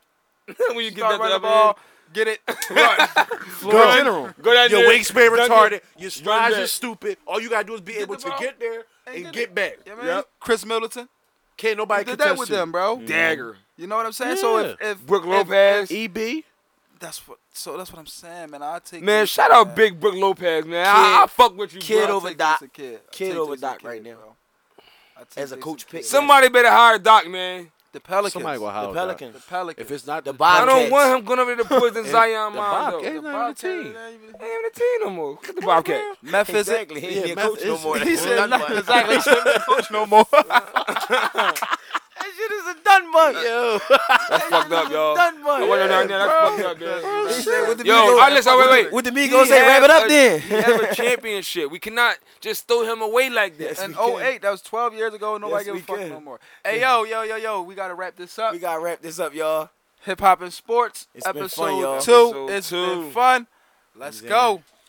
when you get
Start
that
running the
other
ball.
ball,
Get it.
Go general.
go down
Your
there,
wingspan
dunk
retarded.
it,
Your
run
strides
back.
are stupid. All you gotta do is be able
the
to
ball
get there
and
and
get
get,
it.
back.
Yeah, man. Chris Middleton
Can't
he
nobody
did
contest
that with
you.
them, bro.
dagger.
You know what I'm saying? So if,
Yeah.
if
Brook
if-
Lopez.
if-
Eb.
that's what. So that's what I'm saying, man. I take
Man,
Jason,
shout out
man.
Big Brook Lopez, man. I, I
Kid-
fuck with you,
kid
bro.
I'll
over
take
Doc.
Jason Kidd. I'll
Kid
take
over
Jason
Doc
Kidd,
right now.
bro. I'll take
As a
Jason
coach
Kidd.
pick.
Somebody better hire Doc, man.
the Pelicans.
Somebody gonna holler.
The
at that.
Pelicans.
The Pelicans.
If it's not
The
the
I
Bobcats.
Bob,
don't want him going over to the poison Zion
the
mind,
Bobcats.
though.
Ain't not on the
Bobcats
team.
ain't even-
They ain't on the team no more. Get the Bobcat.
Memphis.
Exactly. He ain't
Yeah,
a coach no
Memphis-
more.
He said
Done
nothing.
by.
Exactly. He shouldn't be a coach no more.
That shit is a done bun. Yo.
That's fucked up, y'all.
Done bun.
I wanna know now, That's fucked up,
Oh,
man. Yo, I listen, wait, wait.
What the
He
Migos say,
have
wrap it up
a-
then.
He have a championship. We cannot just throw him away like that.
And 08, that was 12 years ago.
Yes,
Nobody give
we
a fuck
can.
no more. Hey, yo, yo, yo, yo. We got to wrap this up.
We got to wrap this up, y'all.
Hip Hop and Sports,
It's been
episode
fun, y'all.
two.
Episode
It's
two.
been fun. Let's go.